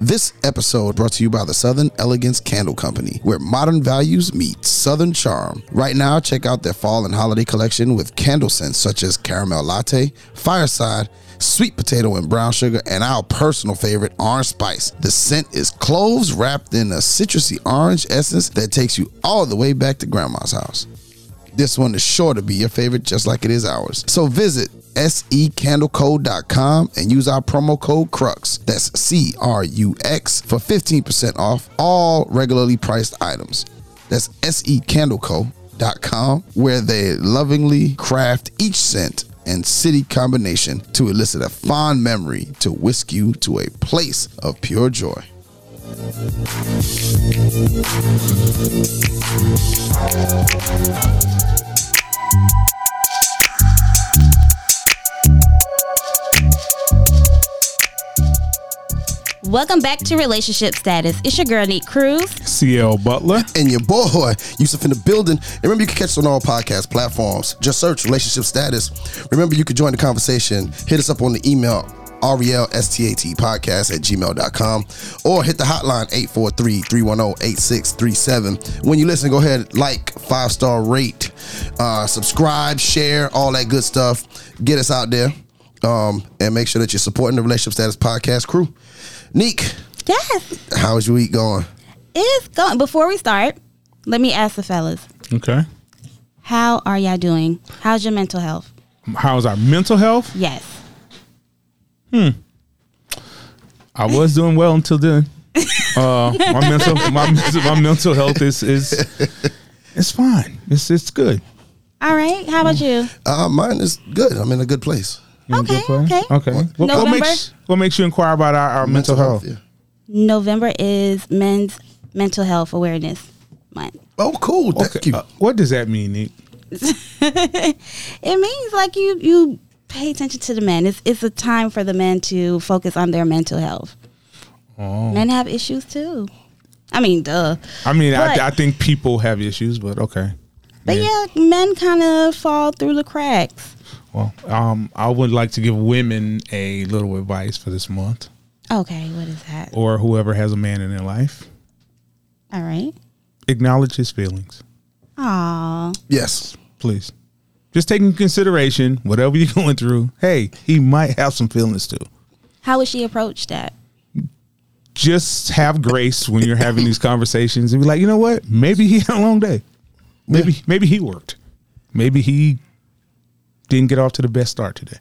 This episode brought to you by the Southern Elegance Candle Company, where modern values meet Southern charm. Right now, check out their fall and holiday collection with candle scents such as caramel latte, fireside, sweet potato and brown sugar, and our personal favorite, orange spice. The scent is cloves wrapped in a citrusy orange essence that takes you all the way back to grandma's house. This one is sure to be your favorite, just like it is ours. So visit E secandleco.com and use our promo code CRUX. That's C R U X for 15% off all regularly priced items. That's E secandleco.com, where they lovingly craft each scent and city combination to elicit a fond memory to whisk you to a place of pure joy. Welcome back to Relationship Status. It's your girl, Neat Cruz. CL Butler. and your boy Yusuf in the building. And remember, you can catch us on all podcast platforms. Just search relationship status. Remember, you can join the conversation. Hit us up on the email. E RELSTAT podcast at gmail.com or hit the hotline 843 310 8637. When you listen, go ahead, like, five star rate, uh, subscribe, share, all that good stuff. Get us out there um, and make sure that you're supporting the Relationship Status Podcast crew. Neek, Yes, how's your week going? it's going. Before we start, let me ask the fellas Okay. how are y'all doing? How's your mental health? How's our mental health? Yes. I was doing well until then. Uh, my mental, my, mental- my mental health is is it's fine. It's it's good. All right. How about you? Uh, mine is good. I'm in a good place. You in a good Okay, place? okay. Okay. What, what November? makes what makes you inquire about our, our mental, health? yeah. November is Men's Mental Health Awareness Month. Oh, cool. Thank Okay. you. Uh, what does that mean, Nick? It means like you you pay attention to the men. It's it's a time for the men to focus on their mental health. Oh. Men have issues too. I mean, duh. I mean, But- I, I think people have issues, but okay. But yeah, men kind of fall through the cracks. Well, um, I would like to give women a little advice for this month, Okay, what is that? or whoever has a man in their life. All right. Acknowledge his feelings. Aw. Yes. please. Just take into consideration whatever you're going through. Hey, he might have some feelings too. How would she approach that? Just have grace when you're having these conversations and be like, you know what? Maybe he had a long day. Maybe maybe he worked. Maybe he didn't get off to the best start today.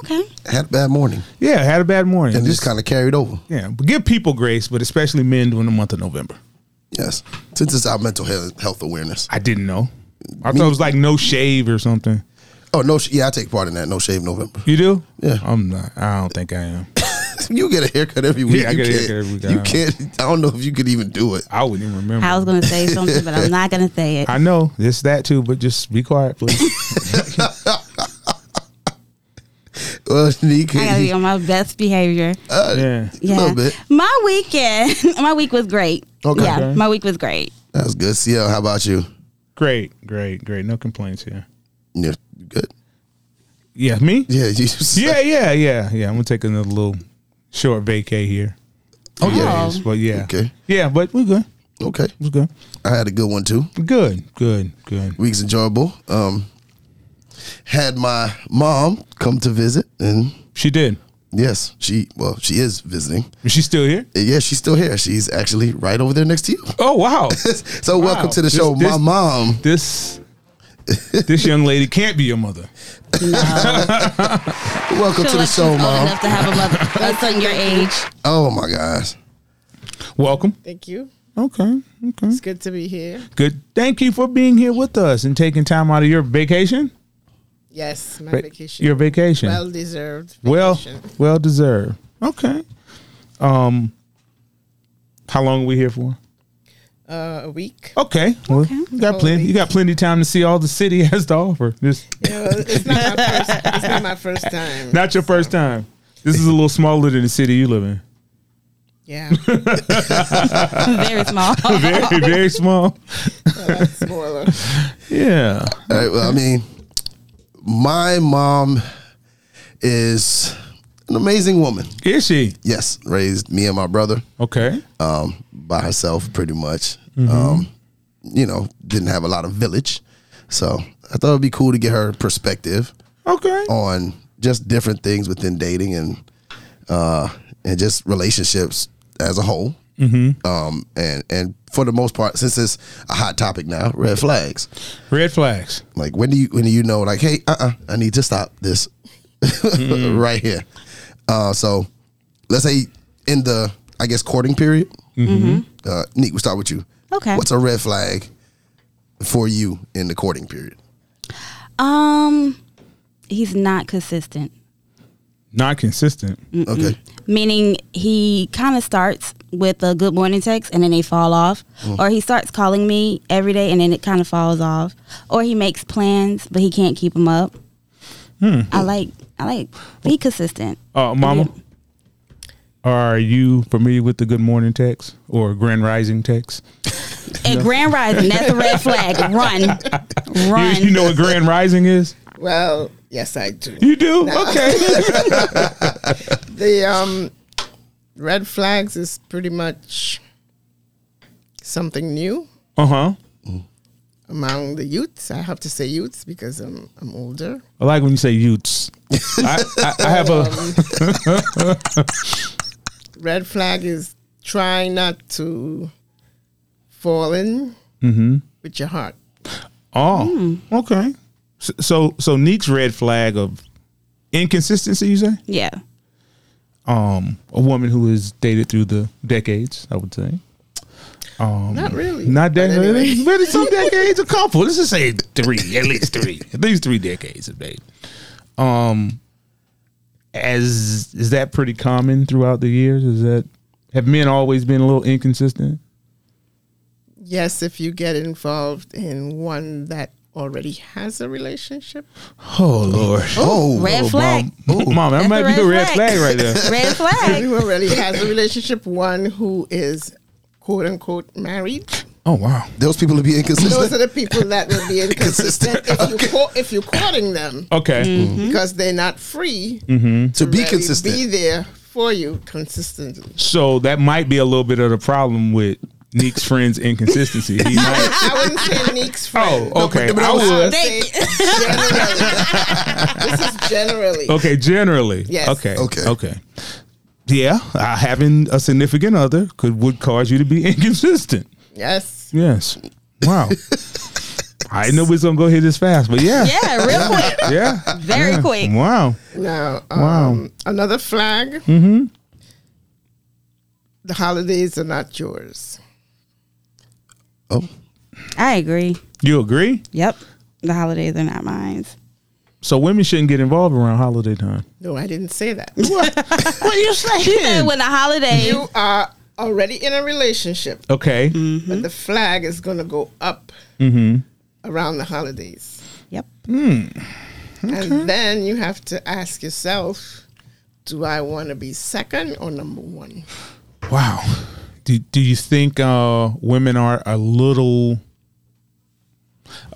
Okay. Had a bad morning Yeah, had a bad morning. and just kind of carried over. yeah, but give people grace, but especially men during the month of November. Yes. Since it's our mental he- health awareness. I didn't know. I thought it was like no shave or something. Oh, no. Sh- yeah, I take part in that. No shave November. You do? Yeah. I'm not. I don't think I am. you get a haircut every week. Yeah, I you get a can't, haircut every week. You can't. I don't know if you could even do it. I wouldn't even remember. I was going to say something, but I'm not going to say it. I know it's that too, but just be quiet, please. Well, Neek, I got to be on my best behavior. yeah. Yeah. little bit. My weekend, my week was great. Okay. Yeah, Okay. my week was great. that's good. CL, how about you? Great, great, great. No complaints here. Yeah, you good. Yeah, me? Yeah, you. Yeah, yeah, yeah, yeah. I'm gonna take another little short vacay here. Oh, yeah. Oh. Yes, But yeah. Okay. Yeah, but we're good. Okay. We're good. I had a good one too. Good, good, good. Week's enjoyable. Um, had my mom come to visit, and She did. yes, she. Well, she is visiting. Is she still here? Yeah, she's still here. She's actually right over there next to you. Oh wow. so welcome Wow. to the This- show, my this- mom. this this young lady can't be your mother. Welcome to Feel the like she's show, old mom. enough to have a mother, a son your age. Oh my gosh. Welcome. Thank you. Okay. Okay. It's good to be here. Good. Thank you for being here with us and taking time out of your vacation. Yes, my Va- vacation. Your vacation. well deserved. Well, vacation. well deserved. Okay. Um, how long are we here for? uh, a week. Okay. Well, you got Whole plenty. You week. got plenty of time to see all the city has to offer. This You know, it's not my first. It's not my first time. not your first time. This is a little smaller than the city you live in. Yeah, Very small. Very, very small. smaller. Yeah. All right, well, I mean, my mom is an amazing woman. Is she? Yes, raised me and my brother Okay. um, by herself pretty much. Mm-hmm. Um, you know, didn't have a lot of village, so I thought it'd be cool to get her perspective Okay. on just different things within dating and uh, and just relationships as a whole. Mm-hmm. Um, and and for the most part, since it's a hot topic now, red flags. Red flags. Like when do you when do you know like hey uh uh I need to stop this right here. Uh, so let's say in the I guess courting period. Mm-hmm. Uh, Neek, we'll start with you. Okay. What's a red flag for you in the courting period? Um, he's not consistent. Not consistent. Okay. meaning he kind of starts with a good morning text and then they fall off or he starts calling me every day and then it kind of falls off or he makes plans but he can't keep them up Hmm. i like i like be consistent Uh, Mama, are you familiar with the good morning text or grand rising text? and grand rising that's a red flag run You, run you know what grand rising is? Well, yes, I do. You do? No. Okay. The um, red flags is pretty much something new Uh huh. among the youths. I have to say youths because I'm I'm older. I like when you say youths. I, I, I have a Red flag is trying not to fall in Mm-hmm. with your heart. oh okay. So so, so Neek's red flag of inconsistency. You say yeah um a woman who is dated through the decades. I would say Not really. Oh not But decades, anyway. but it's some decades. A couple. Let's just say three, at least three, at least three decades of date. Um, as is that pretty common throughout the years? Is that have men always been a little inconsistent? Yes, if you get involved in one that already has a relationship. Oh Lord. Oh, red flag Mom, mom, that That's might a be the red red flag flag. right there. red flag Who already has a relationship, one who is quote unquote married. Oh wow. those people to be Those are inconsistent. the people that will be inconsistent if, you call, if you're courting them Okay. Mm-hmm. because they're not free Hmm. To be really Be consistent. there for you consistently. So that might be a little bit of the problem with Neek's friend's inconsistency. He might. I wouldn't say Nick's friend. Oh, okay. but I I would would. say generally. this is generally. Okay, generally. Yes. Okay. Okay. Okay. Yeah, uh, having a significant other could would cause you to be inconsistent. Yes. Yes. Wow. I didn't know we was gonna go here this fast, but yeah, yeah real quick yeah, Very yeah. quick. Wow. Now, um, Wow. Mm-hmm. another flag. The holidays are not yours. Oh, i agree You agree? yep the holidays are not mine So women shouldn't get involved around holiday time. No, I didn't say that. what you Mm. saying when the holidays you are already in a relationship, Mm-hmm. Okay. but the flag is going to go up Mm-hmm. around the holidays. yep And then you have to ask yourself, do I want to be second or number one? Wow. Do do you think uh, women are a little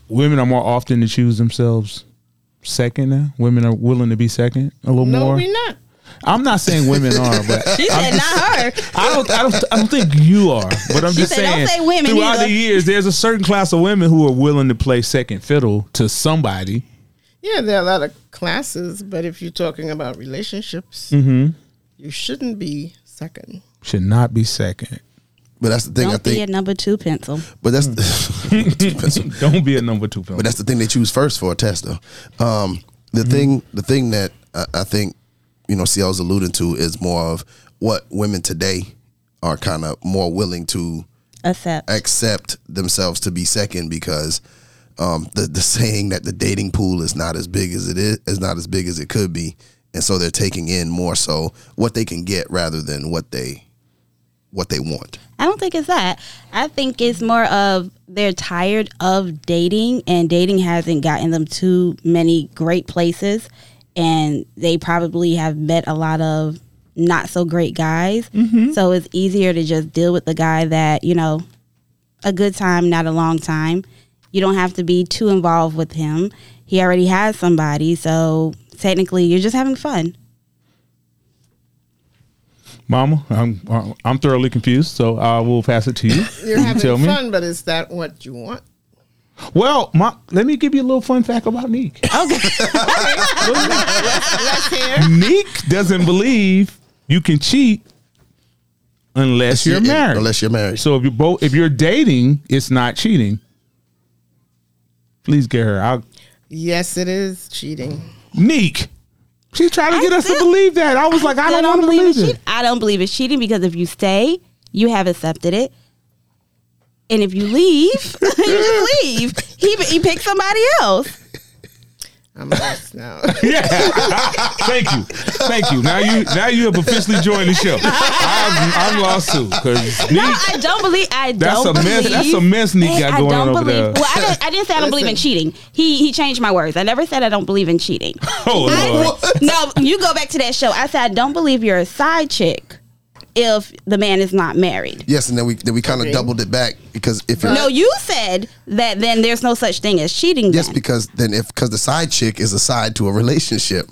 women are more often to choose themselves second now? Women are willing to be second a little No, more? we're not. I'm not saying women are, but she said not her I don't, I don't, I don't think you are. But I'm just said, saying, "Don't say women throughout either." the years, there's a certain class of women who are willing to play second fiddle to somebody. Yeah, there are a lot of classes, but if you're talking about relationships, Mm-hmm. you shouldn't be second. Should not be second. but that's the thing I don't be a think. number two pencil But that's the, Don't be a number two film. but that's the thing they choose first for a test though. Um, the Mm-hmm. thing the thing that I, I think you know CL's alluding to is more of what women today are kind of more willing to accept accept themselves to be second because um, the the saying that the dating pool is not as big as it is is not as big as it could be, and so they're taking in more so what they can get rather than what they what they want. I don't think it's that. I think it's more of they're tired of dating and dating hasn't gotten them to many great places and they probably have met a lot of not so great guys. So it's easier to just deal with the guy that, you know, a good time, not a long time. You don't have to be too involved with him. He already has somebody, so technically you're just having fun. Mama, I'm I'm thoroughly confused, so I will pass it to you. You're You having tell me. fun, but is that what you want? Well, my, let me give you a little fun fact about Neek. Let's hear. Neek doesn't believe you can cheat unless you're married. Unless you're married. so if you both if you're dating, it's not cheating. Please get her. I'll, Yes, it is cheating. Neek. She's trying to get us to still- believe that. I was like, I Still don't want to believe believe it's it. cheating. I don't believe it's cheating because if you stay, you have accepted it. And if you leave, you just leave. He he picked somebody else. I'm lost now. Yeah. Thank you. Thank you. Now you now you have officially joined the show. I'm, I'm lost too because No, I don't believe. I That's don't a mess- believe. that's a mess Nick Hey, got I going don't on over believe. there. Well, I didn't, I didn't say I don't believe in cheating. He he changed my words. I never said I don't believe in cheating. oh Lord. no, you go back to that show. I said I don't believe you're a side chick if the man is not married. Yes, and then we then we kind of Okay. doubled it back because if you're No, you said that. Then there's no such thing as cheating. yes, then. because then if because the side chick is a side to a relationship.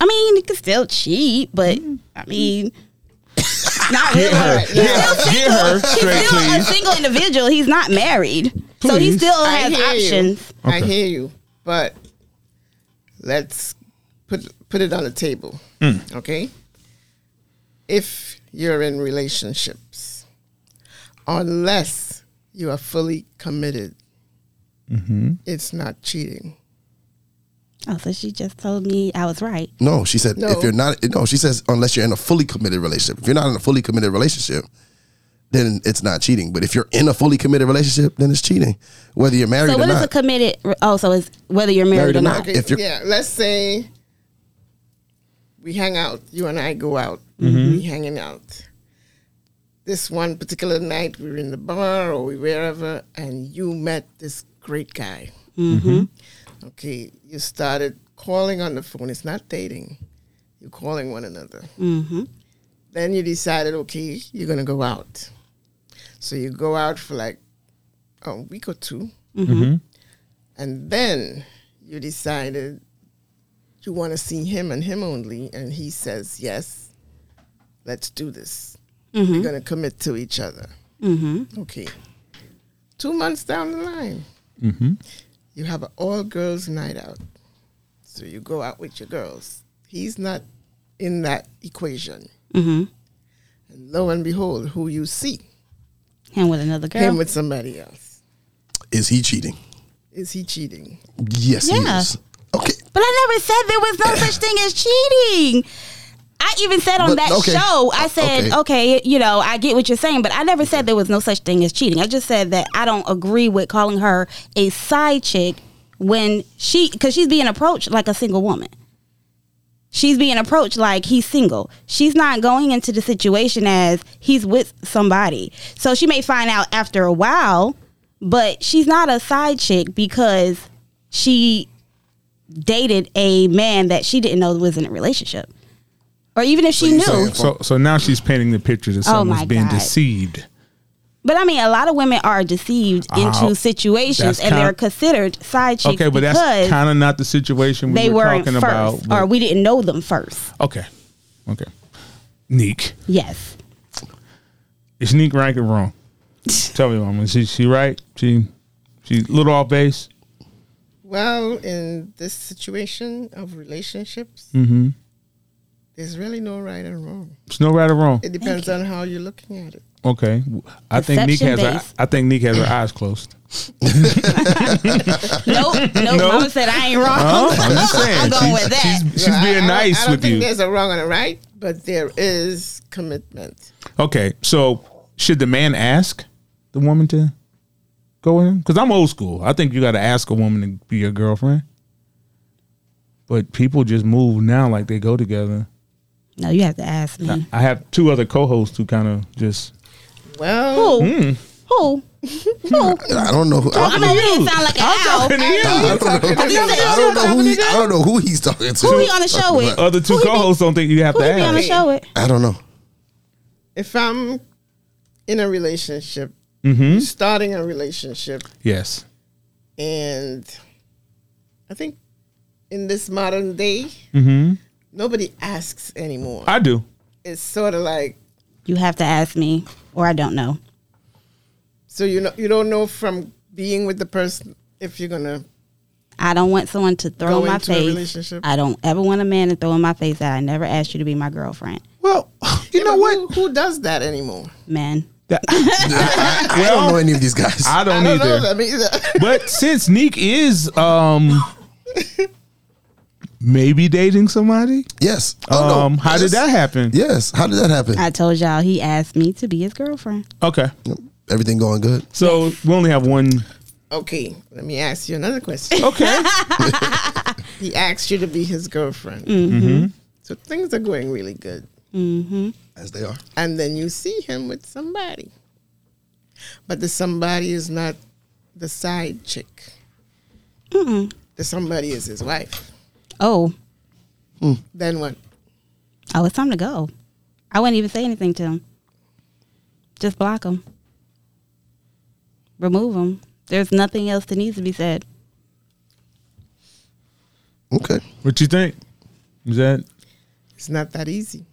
I mean, you can still cheat, but I mean, not really. Get her. Get, get her He's straight, still a please. single individual. He's not married, so Please. he still I has hear options. you. I Okay. hear you, but let's put put it on the table, Mm. okay? If you're in relationships, unless you are fully committed, Mm-hmm. it's not cheating. Oh, so she just told me I was right. No, she said No. if you're not no, she says unless you're in a fully committed relationship. If you're not in a fully committed relationship, then it's not cheating. But if you're in a fully committed relationship, then it's cheating. Whether you're married So or what is a not. committed? Oh, so it's whether you're married, or not. Okay, If you're- yeah, let's say we hang out, you and I go out, we hanging out. This one particular night, we were in the bar or we wherever, and you met this great guy. Mm-hmm. Okay, you started calling on the phone. It's not dating. You're calling one another. Mm-hmm. Then you decided, okay, you're gonna go out. So you go out for like a week or 2 and then you decided you want to see him and him only, and he says, Yes, let's do this. We're going to commit to each other. Mm-hmm. Okay. Two months down the line, you have an all girls night out. So you go out with your girls. He's not in that equation. Mm-hmm. And lo and behold, who you see Him with another girl. him with somebody else. is he cheating? Is he cheating? Yes, he Yeah. is. Okay. But I never said there was no such thing as cheating. I even said on But- that okay. show, I said, okay. you know, I get what you're saying, but I never said there was no such thing as cheating. I just said that I don't agree with calling her a side chick when she, because she's being approached like a single woman. She's being approached like he's single. She's not going into the situation as he's with somebody. So she may find out after a while, but she's not a side chick because she dated a man that she didn't know was in a relationship. Or even if she you knew. saying? So so now she's painting the picture that someone's Oh my being God. deceived. But I mean, a lot of women are deceived into Oh, that's situations and kind- they're considered side chicks Okay, but because that's kind of not the situation we they were weren't talking first about. but- or we didn't know them first. okay, okay. Neek, Yes. is Neek right or wrong? Tell me, Mama, is she, she right? She she a little off base. Well, in this situation of relationships, Mm-hmm. there's really no right and wrong. It's no right or wrong. It depends on how you're looking at it. Okay, I think Neek has Perception her, based. I think Neek has her eyes closed. Nope, nope. No. Mama said I ain't wrong. Huh? I'm just saying. I'm going she's, with that. She's, she's No, I- I being don't- I nice don't with think you. There's a wrong and a right, but there is commitment. Okay, so should the man ask the woman to go with him? Because I'm old school. I think you got to ask a woman to be your girlfriend. But people just move now like they go together. No, you have to ask me. I have two other co-hosts who kind of just Well, Who? Hmm. Who? Who? I don't know who I I don't mean, you know, didn't sound like an owl. talking to you. I don't know, I don't know who he, I don't know who he's talking to. Who he on the show with? But Other two Who you co-hosts don't think you have Who to you be on the ask. show with? I don't know. if I'm in a relationship, Mm-hmm. starting a relationship, Yes. and I think in this modern day, nobody asks anymore. Mm-hmm. I do. it's sort of like You have to ask me, or I don't know. So you know you don't know from being with the person if you're gonna I don't want someone to throw Go in my into a face. relationship? I don't ever want a man to throw in my face that I never asked you to be my girlfriend. Well, you know But what? Who, who does that anymore? Man, That- I don't know any of these guys. I I don't don't either. know them either. But since Neek is um maybe dating somebody, yes. Oh, um, how Yes. did that happen? Yes. How did that happen? I told y'all he asked me to be his girlfriend. Okay, Everything going good? so we only have one. okay, let me ask you another question. Okay, He asked you to be his girlfriend. Mm-hmm. So things are going really good. As they are. And then you see him with somebody. But the somebody is not the side chick. The somebody is his wife. Oh, Then what? oh, it's time to go. I wouldn't even say anything to him. Just block him, remove him. There's nothing else that needs to be said. Okay. what you think? Is that It's not that easy.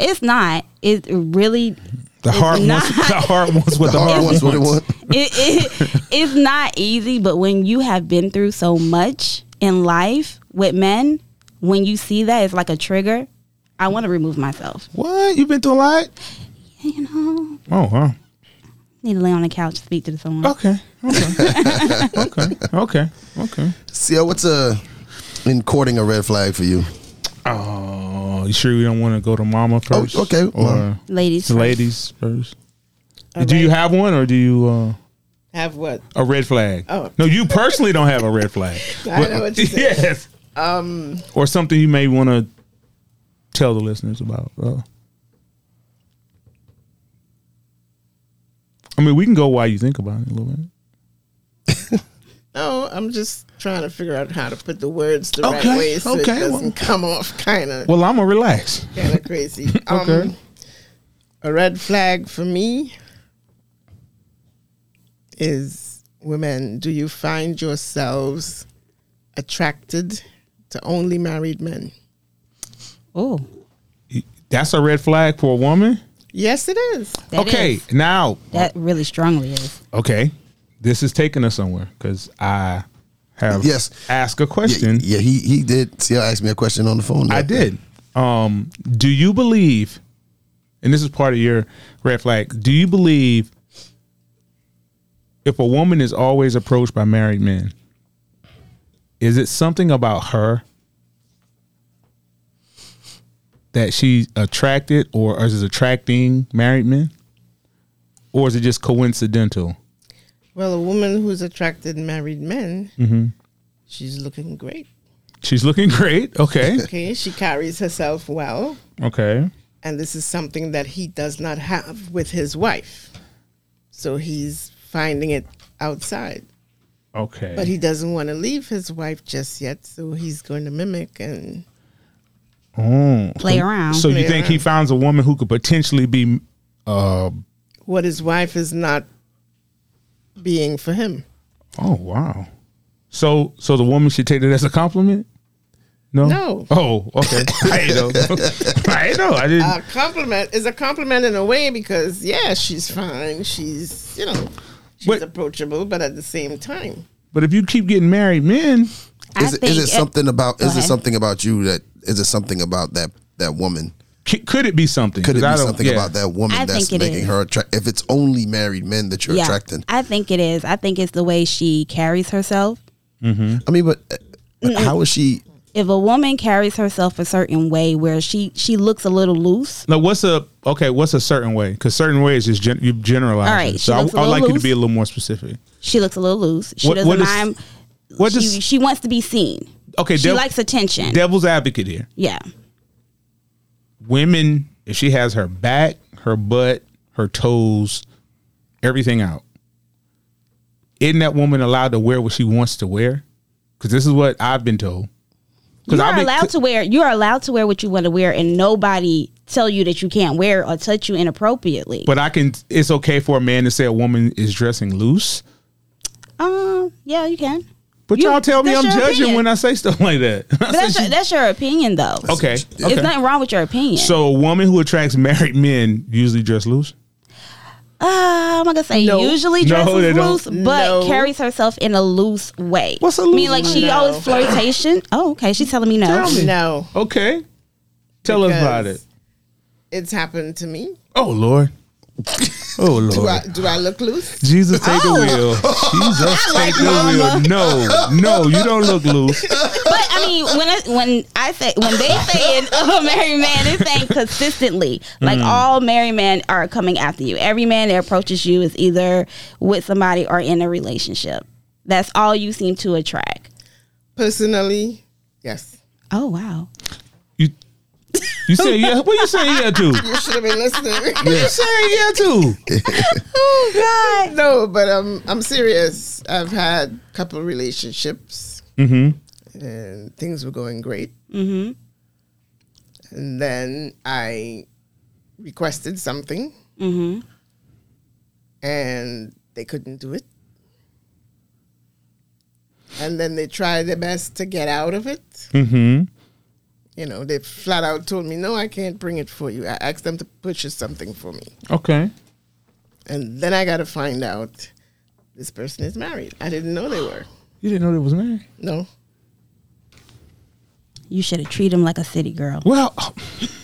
It's not. It really. the It's heart? not. Wants, the heart wants what The the, hard ones, what it want. it, it it's not easy, but when you have been through so much in life with men, when you see that, it's like a trigger. I want to remove myself. What you've been through a lot? You know, Oh, wow. need to lay on the couch, speak to someone. Okay, okay, okay, okay, okay. See, what's a in courting a red flag for you? Oh, you sure we don't want to go to Mama first? okay, or Mama. Ladies, to first. ladies first. Do you have one, or do you? Uh, Have what? a red flag. Oh. No, you personally don't have a red flag. I know what you're saying. Yes. Um, or something you may want to tell the listeners about. Uh, I mean, we can go while you think about it a little bit. No, I'm just trying to figure out how to put the words the Okay, right way so okay, it well- doesn't come off kind of Well, I'm gonna relax. kind of crazy. Um, Okay. A red flag for me is women, do you find yourselves attracted to only married men? Oh, That's a red flag for a woman. Yes, it is. that okay, is- now that really strongly is. okay, this is taking us somewhere because I have Yes. asked a Yeah, question. yeah, he he did. See, asked me a question on the phone. I did. Um, do you believe, and this is part of your red flag, do you believe if a woman is always approached by married men, is it something about her that she's attracted or is attracting married men? Or is it just coincidental? Well, a woman who's attracted to married men, Mm-hmm. she's looking great. She's looking great. Okay. Okay, she carries herself well, okay. and this is something that he does not have with his wife. So he's finding it outside. Okay. But he doesn't want to leave his wife just yet, so he's going to mimic and Oh. Play around. So you think he finds a woman who could potentially be uh what his wife is not being for him. oh wow. So so the woman should take it as a compliment? No. No. Oh, okay. I ain't know. I ain't know. I didn't Uh, A compliment is a compliment in a way because yeah, she's fine, she's you know, she's But- approachable, but at the same time, But if you keep getting married men, I uh, Is it, is it something about? Is it ahead. something about you that? Is it something about that that woman? c- could it be something? Could it 'Cause I be don't- something yeah. about that woman I that's think it making is. her attract? If it's only married men that you're yeah, attracting, I think it is. I think it's the way she carries herself. I mean, but, but how is she? If a woman carries herself a certain way, where she she looks a little loose, No, what's a okay? What's a certain way? Because certain ways is gen- you generalize. All right, so she I, looks a I'd little like you to loose. be a little more specific. she looks a little loose. She What- doesn't what is- mind. What she, does she wants to be seen. okay? She dev- likes attention. devil's advocate here. yeah. women, if she has her back, her butt, her toes, everything out, isn't that woman allowed to wear what she wants to wear? Because this is what I've been told. You I've are been- allowed to wear. You are allowed to wear what you want to wear, and nobody tell you that you can't wear or touch you inappropriately. But I can. It's okay for a man to say a woman is dressing loose. um, yeah, you can. But You- y'all tell me that's I'm your judging opinion. when I say stuff like that. But that's, your, that's your opinion, though. okay. It's okay. nothing wrong with your opinion. So a woman who attracts married men usually dress loose. uh, I'm not gonna say No. usually No, dresses they don't. loose, but No. carries herself in a loose way. What's a I loose mean, like way? she No. always flirtation. Oh, okay. She's telling me no. Tell me. No, Okay. Tell us about it. Because- it's happened to me. Oh Lord. Oh Lord. Do I, do I look loose? Jesus take the Oh. wheel. Jesus take the wheel. No, no, you don't look loose. But I mean, when I, when I say when they say it, oh, married man, it's saying consistently. Like all married men are coming after you. Every man that approaches you is either with somebody or in a relationship. That's all you seem to attract. Personally, yes. Oh wow. You you say yeah. What you saying yeah to? You should have been listening. You saying yeah to? Oh God. no, but um, I'm serious. I've had a couple relationships, and things were going great. Mm-hmm. And then I requested something, and they couldn't do it. And then they tried their best to get out of it. Mm-hmm. You know, they flat out told me, "No, I can't bring it for you." I asked them to purchase something for me. Okay. And then I got to find out this person is married. I didn't know they were. You didn't know they was married. No. You should have treated him like a city girl. Well,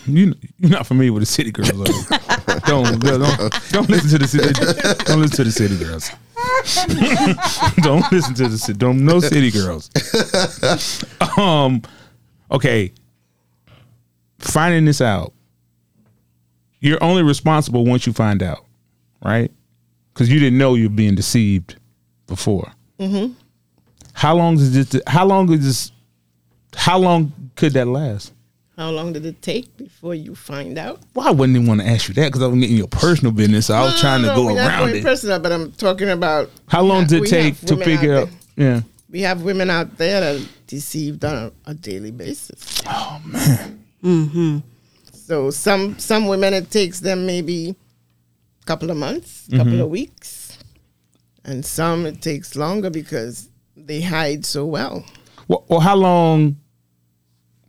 you you're not familiar with the city girls. Are you? don't, don't don't listen to the city. Don't listen to the city girls. don't listen to the city. Don't no city girls. Um, okay. Finding this out, you're only responsible once you find out, right? Because you didn't know you're being deceived before. Mm-hmm. How long is this? How long is this? How long could that last? How long did it take before you find out? Well, I wouldn't even want to ask you that because I was getting your personal business. So I was No, no, trying no, to no, go we're not around going it. Personal, but I'm talking about How long Yeah, did it we take have to women figure out out? Yeah. we have women out there that are deceived on a, a daily basis. Oh man. Mm-hmm. So some some women it takes them maybe a couple of months, couple Mm-hmm. of weeks, and some it takes longer because they hide so well. Well, well, how long?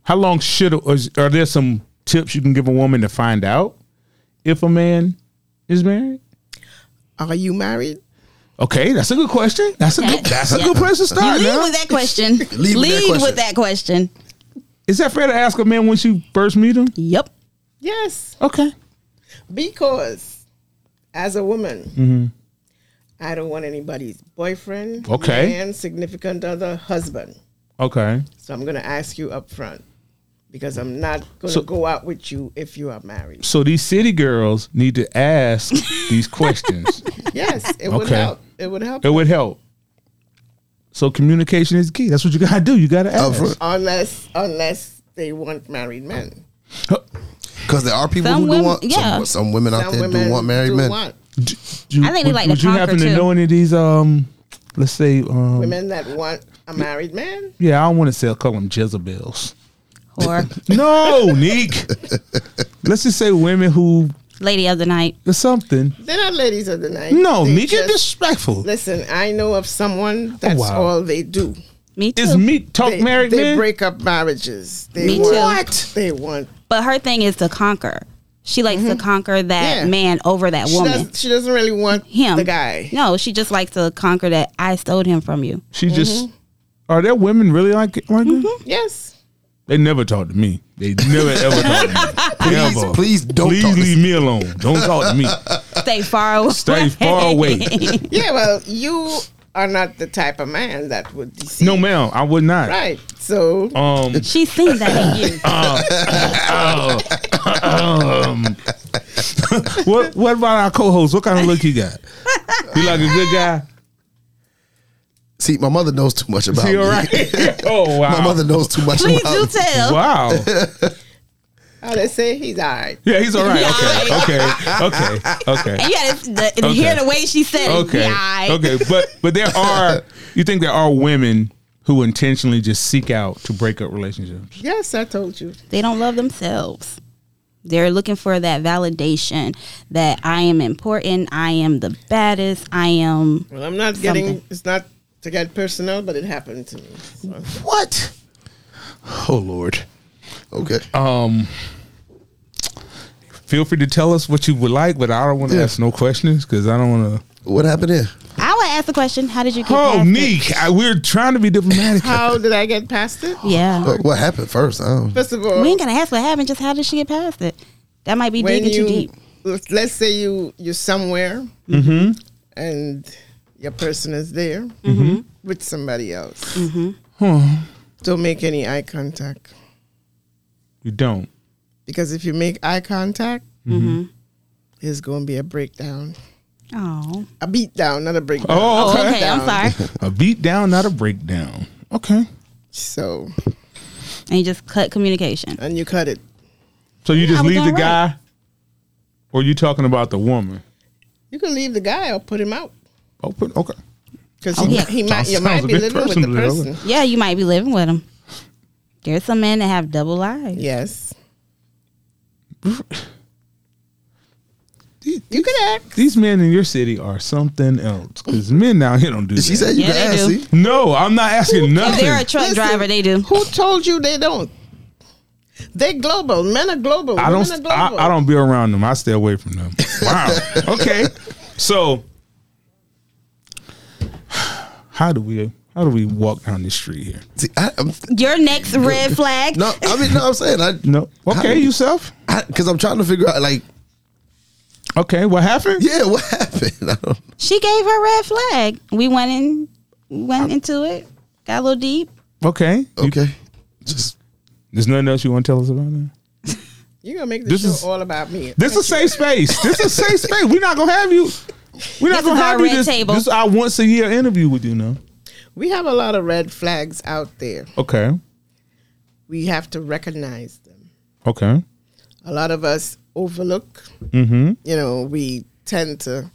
How long should? or is- Are there some tips you can give a woman to find out if a man is married? Are you married? Okay, that's a good question. That's a Okay. good. That's a Yeah. good place to You start. lead now. with that question. with that question. with that question. Is that fair to ask a man once you first meet him? Yep. Yes. Okay. Because as a woman, Mm-hmm. I don't want anybody's boyfriend, Okay. man, significant other, husband. Okay. So I'm going to ask you up front because I'm not going to So- go out with you if you are married. So these city girls need to ask these questions. Yes, it would Okay. help. It would help. It would help. So communication is key. That's what you gotta do. You gotta ask. front. unless unless they want married men. Because there are people Some who do women- want yeah. some, some women out Some there women do want married do men. want Do- do- I think they would, like to Would you conquer, happen to too. know any of these? Um, let's say, um, women that want a married man. yeah, I don't want to say call them Jezebels. Or No, Neek. let's just say women who lady of the night. or something. They're not ladies of the night. No, They Neek is just- disrespectful. Listen, I know of someone that's Oh, wow. all they do. Me too. Is meat talk They, married they men? break up marriages. They Me want, too. What? They want But her thing is to conquer. She likes to conquer that Yeah. man over that She, woman. does, she doesn't really want Him. the guy. No, she just likes to conquer that I stole him from you. she just. Are there women really like it? Like that? Mm-hmm. Yes. They never talk to me. They never ever talk to me. Please- Never. please don't Please talk to- leave me alone. Don't talk to me. Stay far away. Stay far away. Yeah, well, you are not the type of man that would deceive. No, ma'am, I would not. Right. So Um, She's seen that in you. what what about our co-host? What kind of look he got? He like a good guy. See, my mother knows too much about He me. all right? Oh wow! My mother knows too much Please about do me. tell. Wow. how they say he's all right. Yeah, he's all right. Yeah, all Okay. Okay. Okay. Okay. You gotta the, hear the way she said it. Okay. Yeah. Okay. But but there are you think there are women who intentionally just seek out to break up relationships. Yes, I told you. They don't love themselves. They're looking for that validation that I am important, I am the baddest, I am Well, I'm not getting. Something. It's not to get personal, but it happened to me. So. What? Oh Lord. Okay. Uh, Feel free to tell us what you would like, but I don't want to Yeah. ask no questions because I don't want to. what happened there? I would ask the question, how did you get Oh, past it? Neek, I, we're trying to be diplomatic. How did I get past it? Yeah. What, what happened first? I don't. First of all, We ain't gonna ask what happened, just how did she get past it? That might be when digging you too deep. let's say you you're somewhere Mm-hmm. and your person is there Mm-hmm. with somebody else don't make any eye contact you don't. because if you make eye contact Mm-hmm. there's going to be a breakdown Oh. a beat down not a breakdown Oh, Oh, okay. okay, I'm sorry. A beat down, not a breakdown. Okay. so And you just cut communication. and you cut it So you I just was leave the alright. guy, or you talking about the woman? you can leave the guy or put him out Open. Okay. because Oh, he, yeah. he might you Sounds might a be bit living with the personal, doesn't it? person Yeah, you might be living with him. There's some men that have double lives. yes These, you could act these men in your city are something else. Because men down here don't do that. Did she say you Yeah, can they ask? do. see? no, I'm not asking If nothing. they're a truck Listen. driver, they do. Who told you they don't? They global. Men are global. I don't. Women are I, global. I don't be around them. I stay away from them. Wow. okay. So, how do we? How do we walk down the street here? See, I, I'm, Your next red flag. no, I mean, no. I'm saying I No. How- Okay, yourself. because I'm trying to figure out like, Okay, what happened? yeah, what happened? I don't, She gave her red flag. We went in went into it, got a little deep. Okay. You- okay, just there's nothing else you want to tell us about that. You gonna make this, This show is- all about me? This is a safe space. This is a safe space. We're not gonna have you. We're not This gonna is our have you. red This, table. this is our once a year interview with you now. we have a lot of red flags out there. Okay. We have to recognize them. Okay. A lot of us overlook. Mm-hmm. You know, we tend to,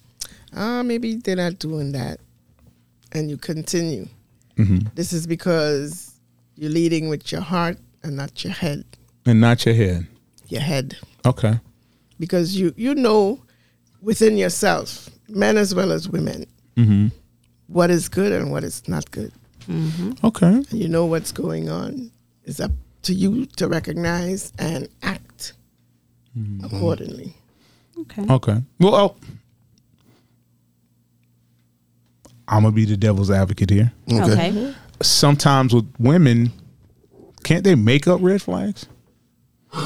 ah, maybe they're not doing that, and you continue. This is because you're leading with your heart and not your head. And not your head. Your head. Okay. because you you know within yourself, men as well as women, what is good and what is not good. Okay. And you know what's going on. It's up to you to recognize and act accordingly. Okay. Okay. Well, oh. I'm gonna be the devil's advocate here. okay. Okay. Sometimes with women, can't they make up red flags?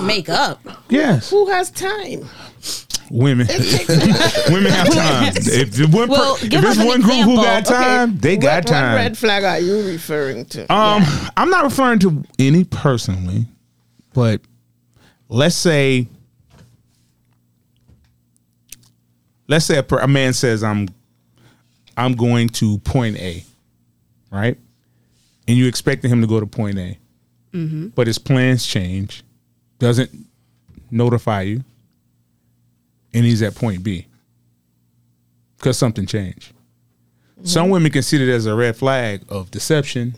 Make up. Yes, Who has time? women. women have time. If, the one per- Well, if give there's us an one group who example. got time, they got what, time. What red flag are you referring to? Um, I'm not referring to any personally, but let's say, let's say a, per, a man says, "I'm, I'm going to point A," right? And you expecting him to go to point A, but his plans change, doesn't notify you, and he's at point B because something changed. Some women consider it as a red flag of deception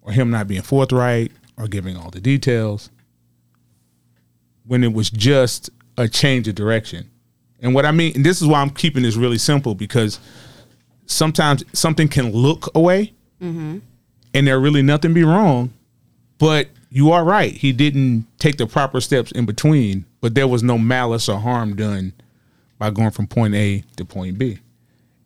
or him not being forthright or giving all the details when it was just a change of direction. And what I mean, and this is why I'm keeping this really simple because sometimes something can look away and there really nothing be wrong, but you are right. He didn't take the proper steps in between, but there was no malice or harm done by going from point A to point B.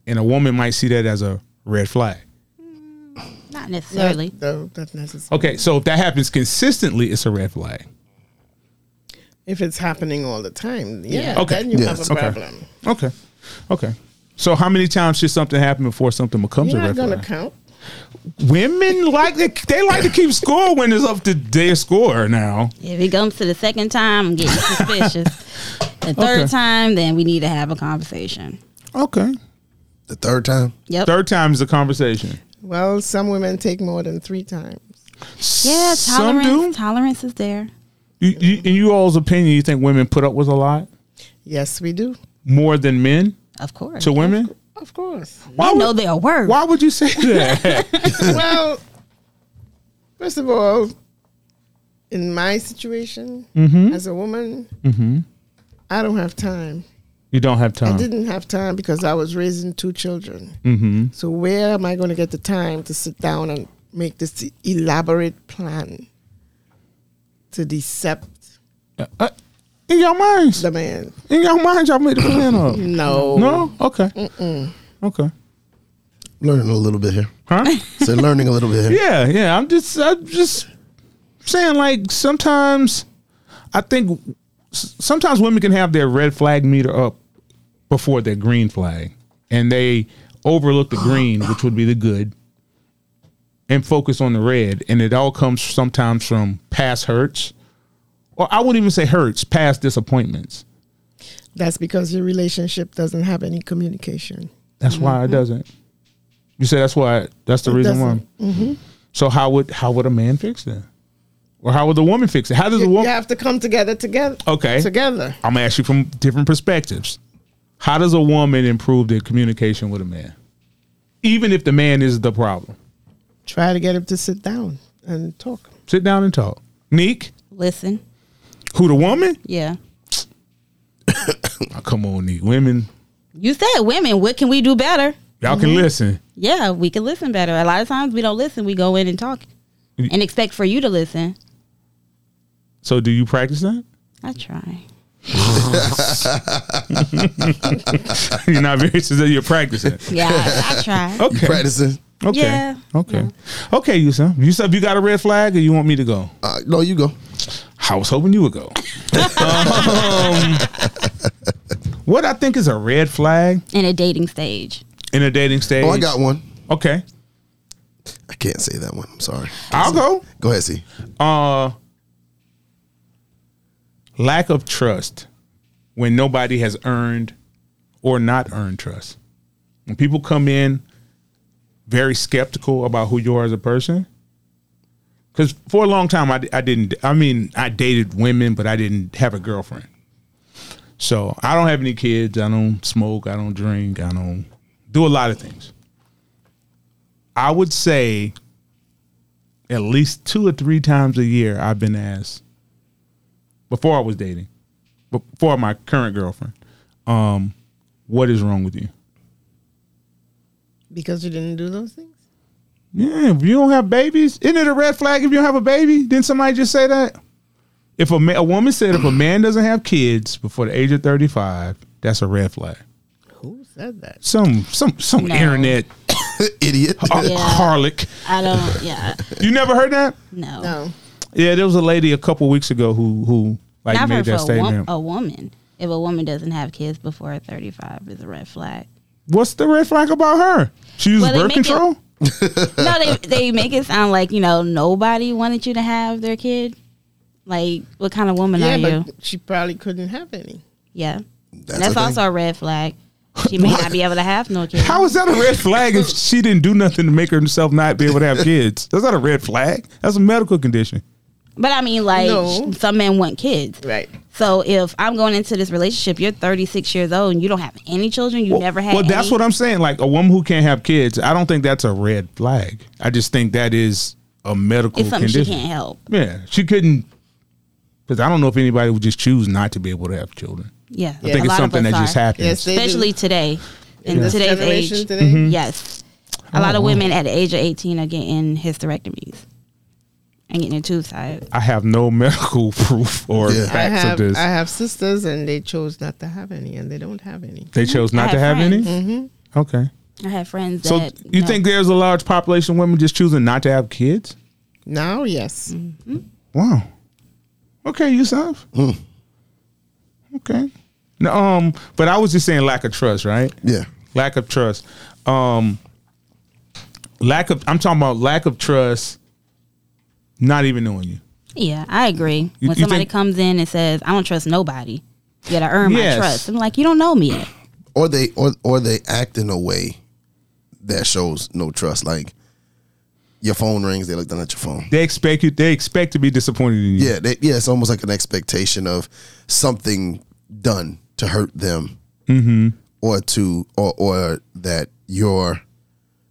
And a woman might see that as a red flag. Not Not- necessarily. No, not necessary. Okay, so if that happens consistently, it's a red flag. If it's happening all the time, yeah, Yeah. Okay. then you Yes, have a okay. problem. Okay. Okay. So how many times should something happen before something becomes You're a not red gonna flag? count. Women like to, they like to keep score when it's up to their score now. If it comes to the second time, I'm getting suspicious. The third Okay. time, then we need to have a conversation. Okay. the third time. Yep. Third time is a conversation. Well, some women take more than three times. yeah, Some tolerance. do. Tolerance is there. You, you, in you all's opinion, you think women put up with a lot Yes, we do. more than men Of course. to women? Of course. Why they know would, their worth. why would you say that? well, first of all, Mm-hmm. in my situation as a woman, I don't have time. You don't have time. I didn't have time because I was raising two children. Mm-hmm. So where am I going to get the time to sit down and make this elaborate plan to decept Uh, in your minds, the man? in your minds, y'all made the plan up. No. No, okay, okay, Learning a little bit here. huh? So learning a little bit here. Yeah, yeah. I'm just, I'm just saying. Like sometimes, I think s- sometimes women can have their red flag meter up before their green flag, and they overlook the green, which would be the good, and focus on the red. And it all comes sometimes from past hurts, or I wouldn't even say hurts, past disappointments. That's because your relationship doesn't have any communication. That's why it doesn't. You say that's why. That's the Mm-hmm. It reason doesn't. Mm-hmm. why. So how would how would a man fix that, or how would the woman fix it? How does a You, you woman? have to come together together. Okay. Together. I'm gonna ask you from different perspectives. How does a woman improve their communication with a man, even if the man is the problem? Try to get him to sit down and talk. Sit down and talk. Neek, Listen. who the woman? Yeah. Oh, come on, Neek. Women, You said women. What can we do better? y'all Mm-hmm. can listen. Yeah, we can listen better. A lot of times we don't listen. We go in and talk and expect for you to listen. So do you practice that? I try. You're not very sincere. You're practicing. Yeah, I, I try. You Okay. practicing? Okay. Yeah. Okay. Okay, Yusuf. Yusuf, you got a red flag or you want me to go? Uh, no, you go. I was hoping you would go. Um, what I think is a red flag In a dating stage. in a dating stage. Oh, I got one. Okay. I can't say that one. I'm sorry. I'll go. Go ahead, see. Uh, lack of trust when nobody has earned or not earned trust. When people come in very skeptical about who you are as a person, because for a long time I, I didn't, I mean, I dated women, but I didn't have a girlfriend. So I don't have any kids. I don't smoke. I don't drink. I don't do a lot of things. I would say at least two or three times a year I've been asked before I was dating, before my current girlfriend, um, what is wrong with you? Because you didn't do those things? Yeah, if you don't have babies, isn't it a red flag if you don't have a baby? Didn't somebody just say that? If a, ma- a woman said if a man doesn't have kids before the age of 35, that's a red flag. Who said that? Some some some No. internet Idiot. Oh. Yeah. harlot. I don't, yeah, You never heard that? no. No. Yeah, there was a lady a couple weeks ago who who like Not made for, that for a, wom- statement. a woman. If a woman doesn't have kids before 35 is a red flag. What's the red flag about her? She uses Well, they birth make it- control? no, they they make it sound like you know nobody wanted you to have their kid. Like, what kind of woman Yeah, are you? but she probably couldn't have any. Yeah, That's that's, a thing. also a red flag. She may not be able to have no kids. How is that a red flag if she didn't do nothing to make herself not be able to have kids? That's not a red flag. That's a medical condition. But I mean, like, No. some men want kids. Right. So if I'm going into this relationship, you're 36 years old and you don't have any children, you never had. Well, that's any- what I'm saying. Like a woman who can't have kids, I don't think that's a red flag. I just think that is a medical It's something condition. she can't help. Yeah, she couldn't. Because I don't know if anybody would just choose not to be able to have children. Yeah, I think a it's lot of something us that just are. happens. Yes, they especially do. today in This today's age. generation today? Mm-hmm. Mhm. Yes, a lot of women at the age of 18 are getting hysterectomies and getting their tubes tied. I have no medical proof or Yeah. I I facts of have, this. I have sisters and they chose not to have any and they don't have any. they chose I not to have have any. friends. Mm-hmm. Okay. I have friends So that you no. think there's a large population of women just choosing not to have kids? Now, yes. Wow. Okay, yourself. Hmm. Okay. No, um, but I was just saying lack of trust, right? Yeah. Lack of trust. Um lack of I'm talking about lack of trust not even knowing you. Yeah, I agree. You- when you somebody think- comes in and says, "I don't trust nobody," yet I earn Yes. my trust. I'm like, you don't know me yet. Or they or or they act in a way that shows no trust. Like your phone rings, they look down at your phone. They expect you they expect to be disappointed in you. Yeah, they, yeah, it's almost like an expectation of something done to hurt them, mm-hmm. or to or or that you're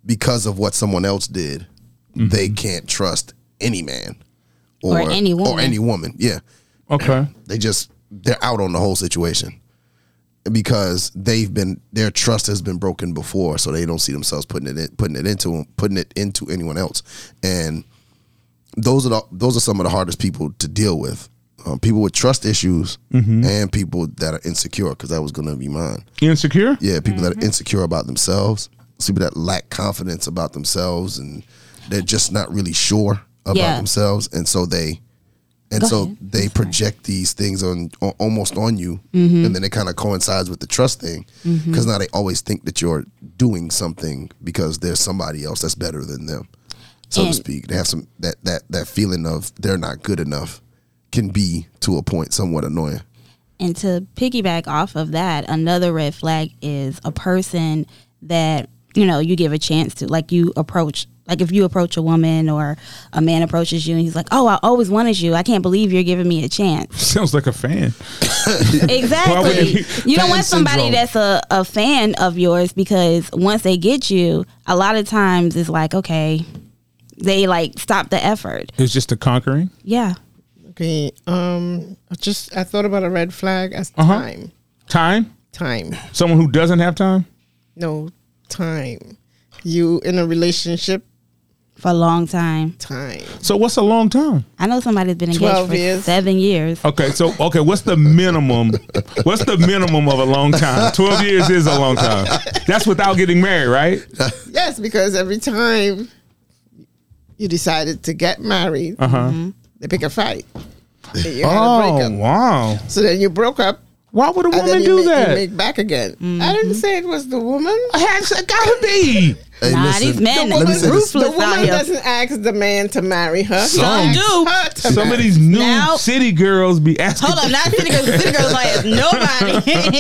because of what someone else did, they can't trust any man Or any or woman. any woman. Yeah, Okay. they just they're out on the whole situation. because they've been their trust has been broken before, so they don't see themselves putting it in, putting it into putting it into anyone else. And those are the, those are some of the hardest people to deal with. Um, people with trust issues and people that are insecure, because that was going to be mine. Insecure? Yeah, people Mm-hmm. that are insecure about themselves, people that lack confidence about themselves, and they're just not really sure about Yeah. themselves, and so they, and Go so ahead. they project these things on, on almost on you, Mm-hmm. and then it kind of coincides with the trust thing, because now they always think that you're doing something because there's somebody else that's better than them, so And- to speak. They have some that that that feeling of they're not good enough can be to a point somewhat annoying. And to piggyback off of that, another red flag is a person that, you know, you give a chance to, like you approach, like if you approach a woman or a man approaches you and he's like, oh, I always wanted you. I can't believe you're giving me a chance. Sounds like a fan. Why would Exactly. it You don't Fan want somebody syndrome. that's a, a fan of yours because once they get you, a lot of times it's like, okay, they like stop the effort. It's just a conquering. Yeah. Okay. Um, I just I thought about a red flag as Uh-huh. time. Time? Time. Someone who doesn't have time? No time. You in a relationship? For a long time. Time. So what's a long time? I know somebody's been engaged 12 for years. seven years. Okay, so okay, what's the minimum? What's the minimum of a long time? Twelve years is a long time. That's without getting married, right? Yes, because every time you decided to get married, Uh. they pick a fight. And You Mm-hmm. had a Uh-huh. Oh breakup. wow! So then you broke up. Why would a And woman then you do make, you that? make back again. I didn't say it was the woman. It gotta be. Hey, nah, these men let me say this. ruthless The out woman here. doesn't ask the man to marry her. She Some asks do. her to Some of marry. these new Now- city girls be asking. Hold on, not city girls. City girls like it's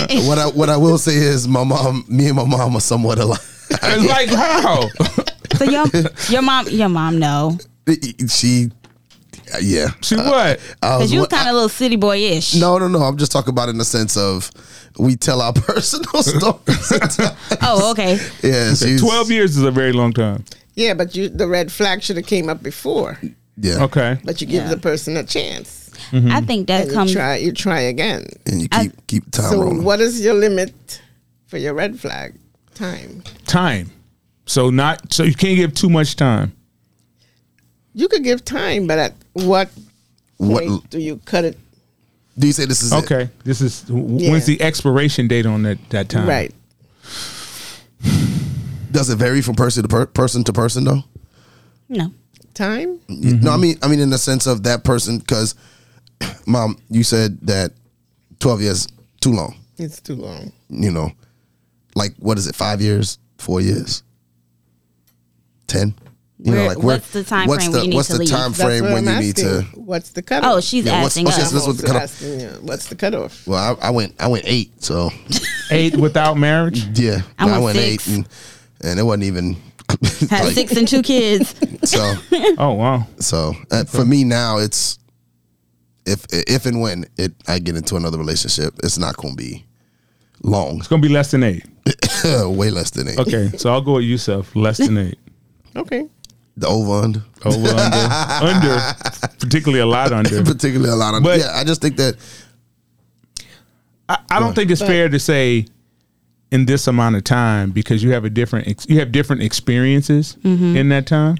nobody. what I what I will say is my mom, me and my mom are somewhat alike. It's like how? so your your mom, your mom, no, she, yeah. She what? Uh, I because was you one- was kind of a little city boy ish. no, no, no. I'm just talking about in the sense of we tell our personal stories. Oh, okay. yeah, she's, Twelve years is a very long time. Yeah, but you the red flag should have came up before. Yeah, Okay. But you give Yeah. the person a chance. Mm-hmm. I think that And comes. you try you try again. and you keep I- keep time so rolling. what is your limit for your red flag? Time. Time. So not. So you can't give too much time. You could give time, but at what What point do you cut it do you say? This is it? Okay. This is Yeah. when's the expiration date on that that time? right? Does it vary from person to per- person to person though? No, Time? No, Mm-hmm. I mean, I mean, in the sense of that person, because, mom, you said that twelve years too long. It's too long. you know, like what is it? Five years? Four years? Ten? You Where- what's the time what's frame the, we need what's to the leave? time That's frame what when I'm you need to? asking. What's the cutoff? Oh, she's Yeah, what's- asking what's this- us. that's what the Also cutoff- asking you, what's the cutoff? Well, I, I went I went eight, so Eight without marriage. yeah, I went six. and and it wasn't even Had like, six and two kids. so Oh wow. so uh, for me now it's if if and when it I get into another relationship, it's not gonna be long, It's gonna be less than eight. way less than eight. Okay, so I'll go with Yusuf. Less than eight. Okay. The over under. Over under, under, particularly a lot under. Particularly a lot of But- yeah, I just think that I, I don't think it's fair to say in this amount of time because you have a different ex- you have different experiences in that time.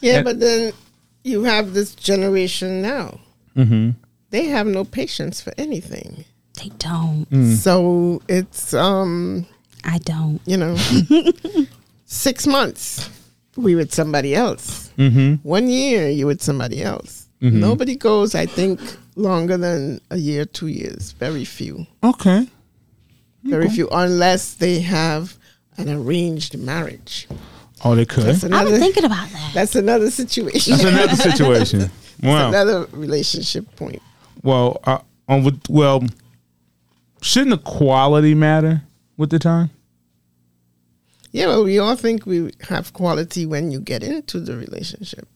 Yeah, And- but then you have this generation now. Mm-hmm. They have no patience for anything. They don't. Mm. Hmm. So it's um, I don't. you know, six months we with somebody else. Mm-hmm. One year you with somebody else. Nobody goes, I think, longer than a year, two years. Very few, Okay. very few, unless they have an arranged marriage. Oh, they could. That's That's I've another. been thinking about that. that's another situation. another situation. Wow. another relationship point. well, uh, on with, well, shouldn't the quality matter with the time? Yeah, well, we all think we have quality when you get into the relationship.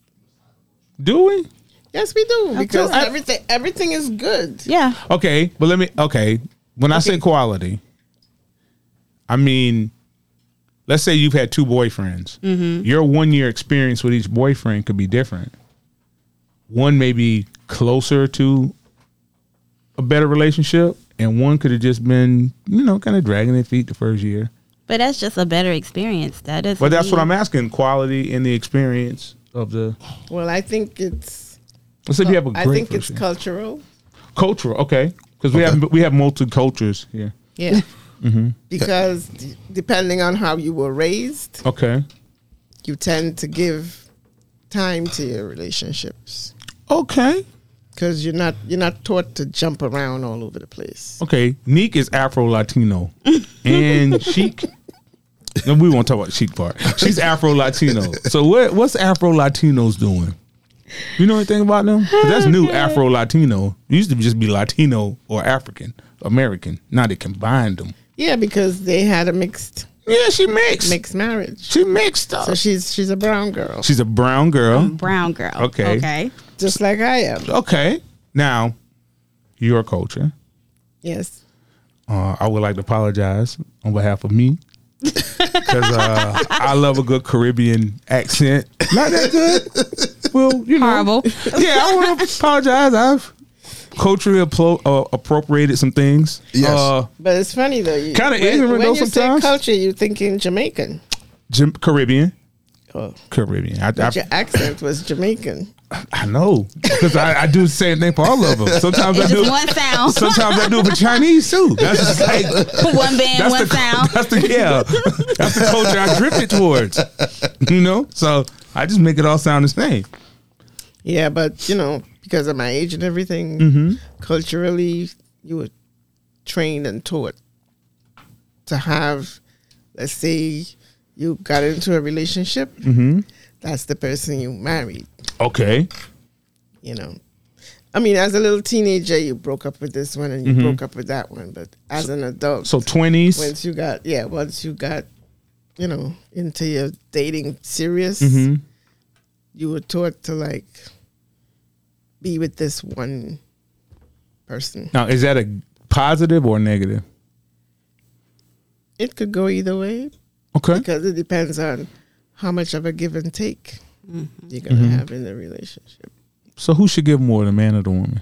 Do we? Yes, we do because I- everything everything is good. Yeah. Okay, but let me. Okay, when I say quality, I mean, let's say you've had two boyfriends. Your one year experience with each boyfriend could be different. One may be closer to a better relationship, and one could have just been, you know, kind of dragging their feet the first year. But that's just a better experience. That is. But that's what I'm asking: quality in the experience of the. Well, I think it's. Let's say you have a I great. think it's first year. cultural. cultural. Okay, because we Okay. have we have multi cultures here. Yeah. Mm-hmm. Because d- depending on how you were raised, Okay. you tend to give time to your relationships Okay. because you're not you're not taught to jump around all over the place. Okay. Neek is Afro Latino, and Chic. No, we won't talk about the Chic part. She's Afro Latino. So what? What's Afro Latinos doing? You know anything about them? 'Cause That's new Afro Latino. It used to just be Latino or African American. Now they combined them. Yeah, because they had a mixed Yeah, she mixed. mixed marriage. She mixed up. So she's she's a brown girl, She's a brown girl. Brown girl. Okay. Okay. just like I am. Okay. Now, your culture. Yes. Uh, I would like to apologize on behalf of me because uh, I love a good Caribbean accent. Not that good. Well, you know. Horrible. Yeah, I want to apologize. I've culturally appro- uh, appropriated some things. Yes. Uh, But it's funny though. you- Kinda when- ignorant when though you say sometimes. culture, you're thinking Jamaican. Jim- Uh. Caribbean. Oh, Caribbean. I, your I, accent was Jamaican. I know because I, I do the same thing for all of them. Sometimes I It's do. just one sound, Sometimes I do it for Chinese too. That's just like one band, one the, sound. That's the yeah. That's the culture I drifted towards. You know, so I just make it all sound the same. Yeah, but you know, because of my age and everything, culturally, you were trained and taught to have, let's say, you got into a relationship. That's the person you married. Okay. You know, I mean, as a little teenager, you broke up with this one and you broke up with that one. But as an adult, So twenties. once you got yeah, once you got, you know, into your dating serious, Mm-hmm. you were taught to like be with this one person. Now is that a positive or negative? It could go either way Okay. because it depends on how much of a give and take you're gonna Mm-hmm. have in the relationship. So who should give more, the man or the woman?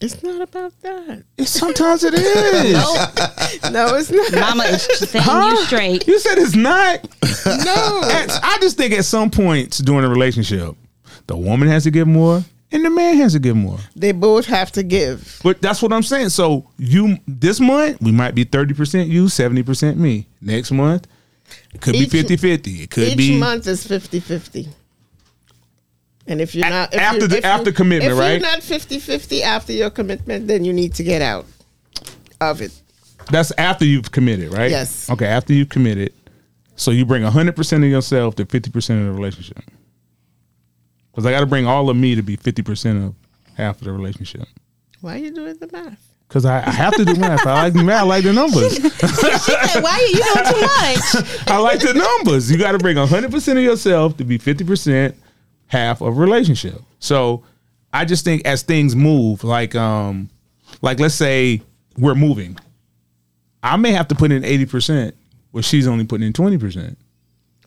It's not about that. It's, sometimes it is. No, it's not. Mama is setting you straight. You said it's not. no. At- I just think at some points during a relationship, the woman has to give more and the man has to give more. They both have to give. But that's what I'm saying. So you this month we might be 30% you, 70% me. Next month it could Each- be 50-50. It could Each be month is 50-50. And if you're not if after you- the- if after you- commitment, if right? you're not 50-50 after your commitment, then you need to get out of it. that's after you've committed, right? Yes. Okay, after you've committed. So you bring 100% of yourself to 50% of the relationship. Cuz I got to bring all of me to be 50% of half of the relationship. Why are you doing the math? Cause I, I have to do math. I like the math. I like the numbers. She said, "Why you, you doing too much?" I like the numbers. You got to bring 100% of yourself to be 50% half of relationship. So I just think as things move, like, um, like let's say we're moving, I may have to put in 80% where she's only putting in 20%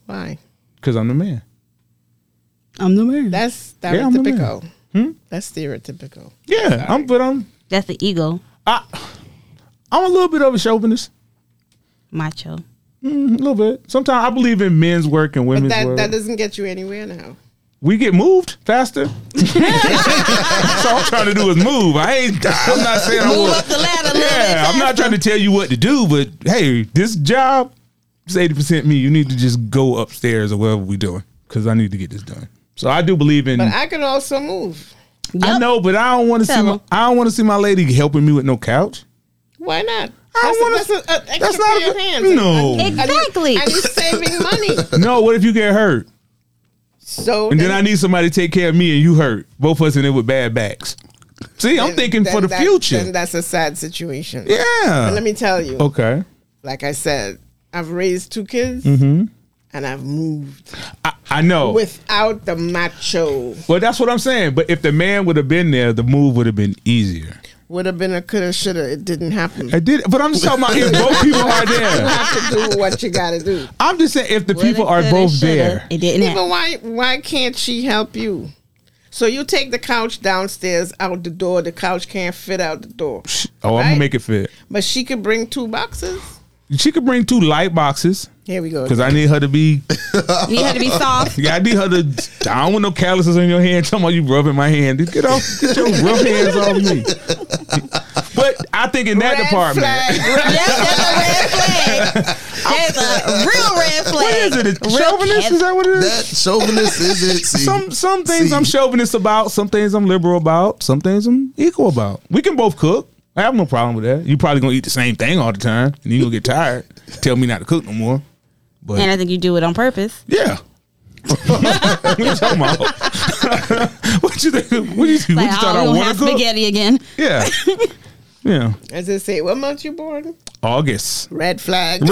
Why? because I'm the man. I'm the man. That's Yeah, I'm the man. Hmm? stereotypical. That's stereotypical. Yeah. I'm, but I'm, That's the ego, I'm a little bit of a chauvinist. macho. A little bit. Sometimes I believe in men's work and But women's that, work. that doesn't get you anywhere now. we get moved faster. so all I'm trying to do is move. I ain't. I'm not saying I Move want. up the ladder. a little bit Yeah, I'm not faster. trying to tell you what to do, but hey, this job is 80% me. You need to just go upstairs or whatever we're doing because I need to get this done. So I do believe in. But I, I can also move. Yup. know, but I don't want to see. Tell My, him. I don't want to see my lady helping me with no couch. Why not? I don't That's, wanna- a- that's, a- an That's extra pair not a of hands. good. No, And you- Exactly. And you're saving money. no. What if you get hurt So and then I need somebody to take care of me and you hurt? Both of us in there with bad backs. See, I'm thinking for the that- future. Then that's a sad situation. yeah. But let me tell you, okay. like I said, I've raised two kids Mm-hmm. and I've moved I, I know. without the macho. well, that's what I'm saying. But if the man would have been there, the move would have been easier. Would have been a coulda, shoulda. It didn't happen. I did, but I'm just talking about if both people are You there. have to do what you gotta do. I'm just saying if the Woulda, people are coulda, both shoulda. there. It didn't Yeah, but happen. why why can't she help you? So you take the couch downstairs out the door. The couch can't fit out the door. Oh, I'm Right. gonna make it fit. But she could bring two boxes. She could bring two light boxes Here we go. because I need her to be. You had to be soft. Yeah, I need her to. I don't want no calluses on your hand. Talking about you rubbing my hand. Get off. Get your rough hands off me. But I think in that Red department, flag. Yep, that's a red flag. That's a real red flag. what is it? It's Real Chauvinist? Is cat- that what it is? That chauvinist is it. See, some some things See. I'm chauvinist about, some things I'm liberal about, some things I'm equal about. We can both cook. I have no problem with that. You probably gonna eat the same thing all the time, and you gonna get tired. Tell me not to cook no more. But And I think you do it on purpose. yeah. what you talking about? what you think? What you, what Like, you thought oh, I we gonna want have to cook? spaghetti again. Yeah, yeah. As I say, what month you born? August. Red flag. He's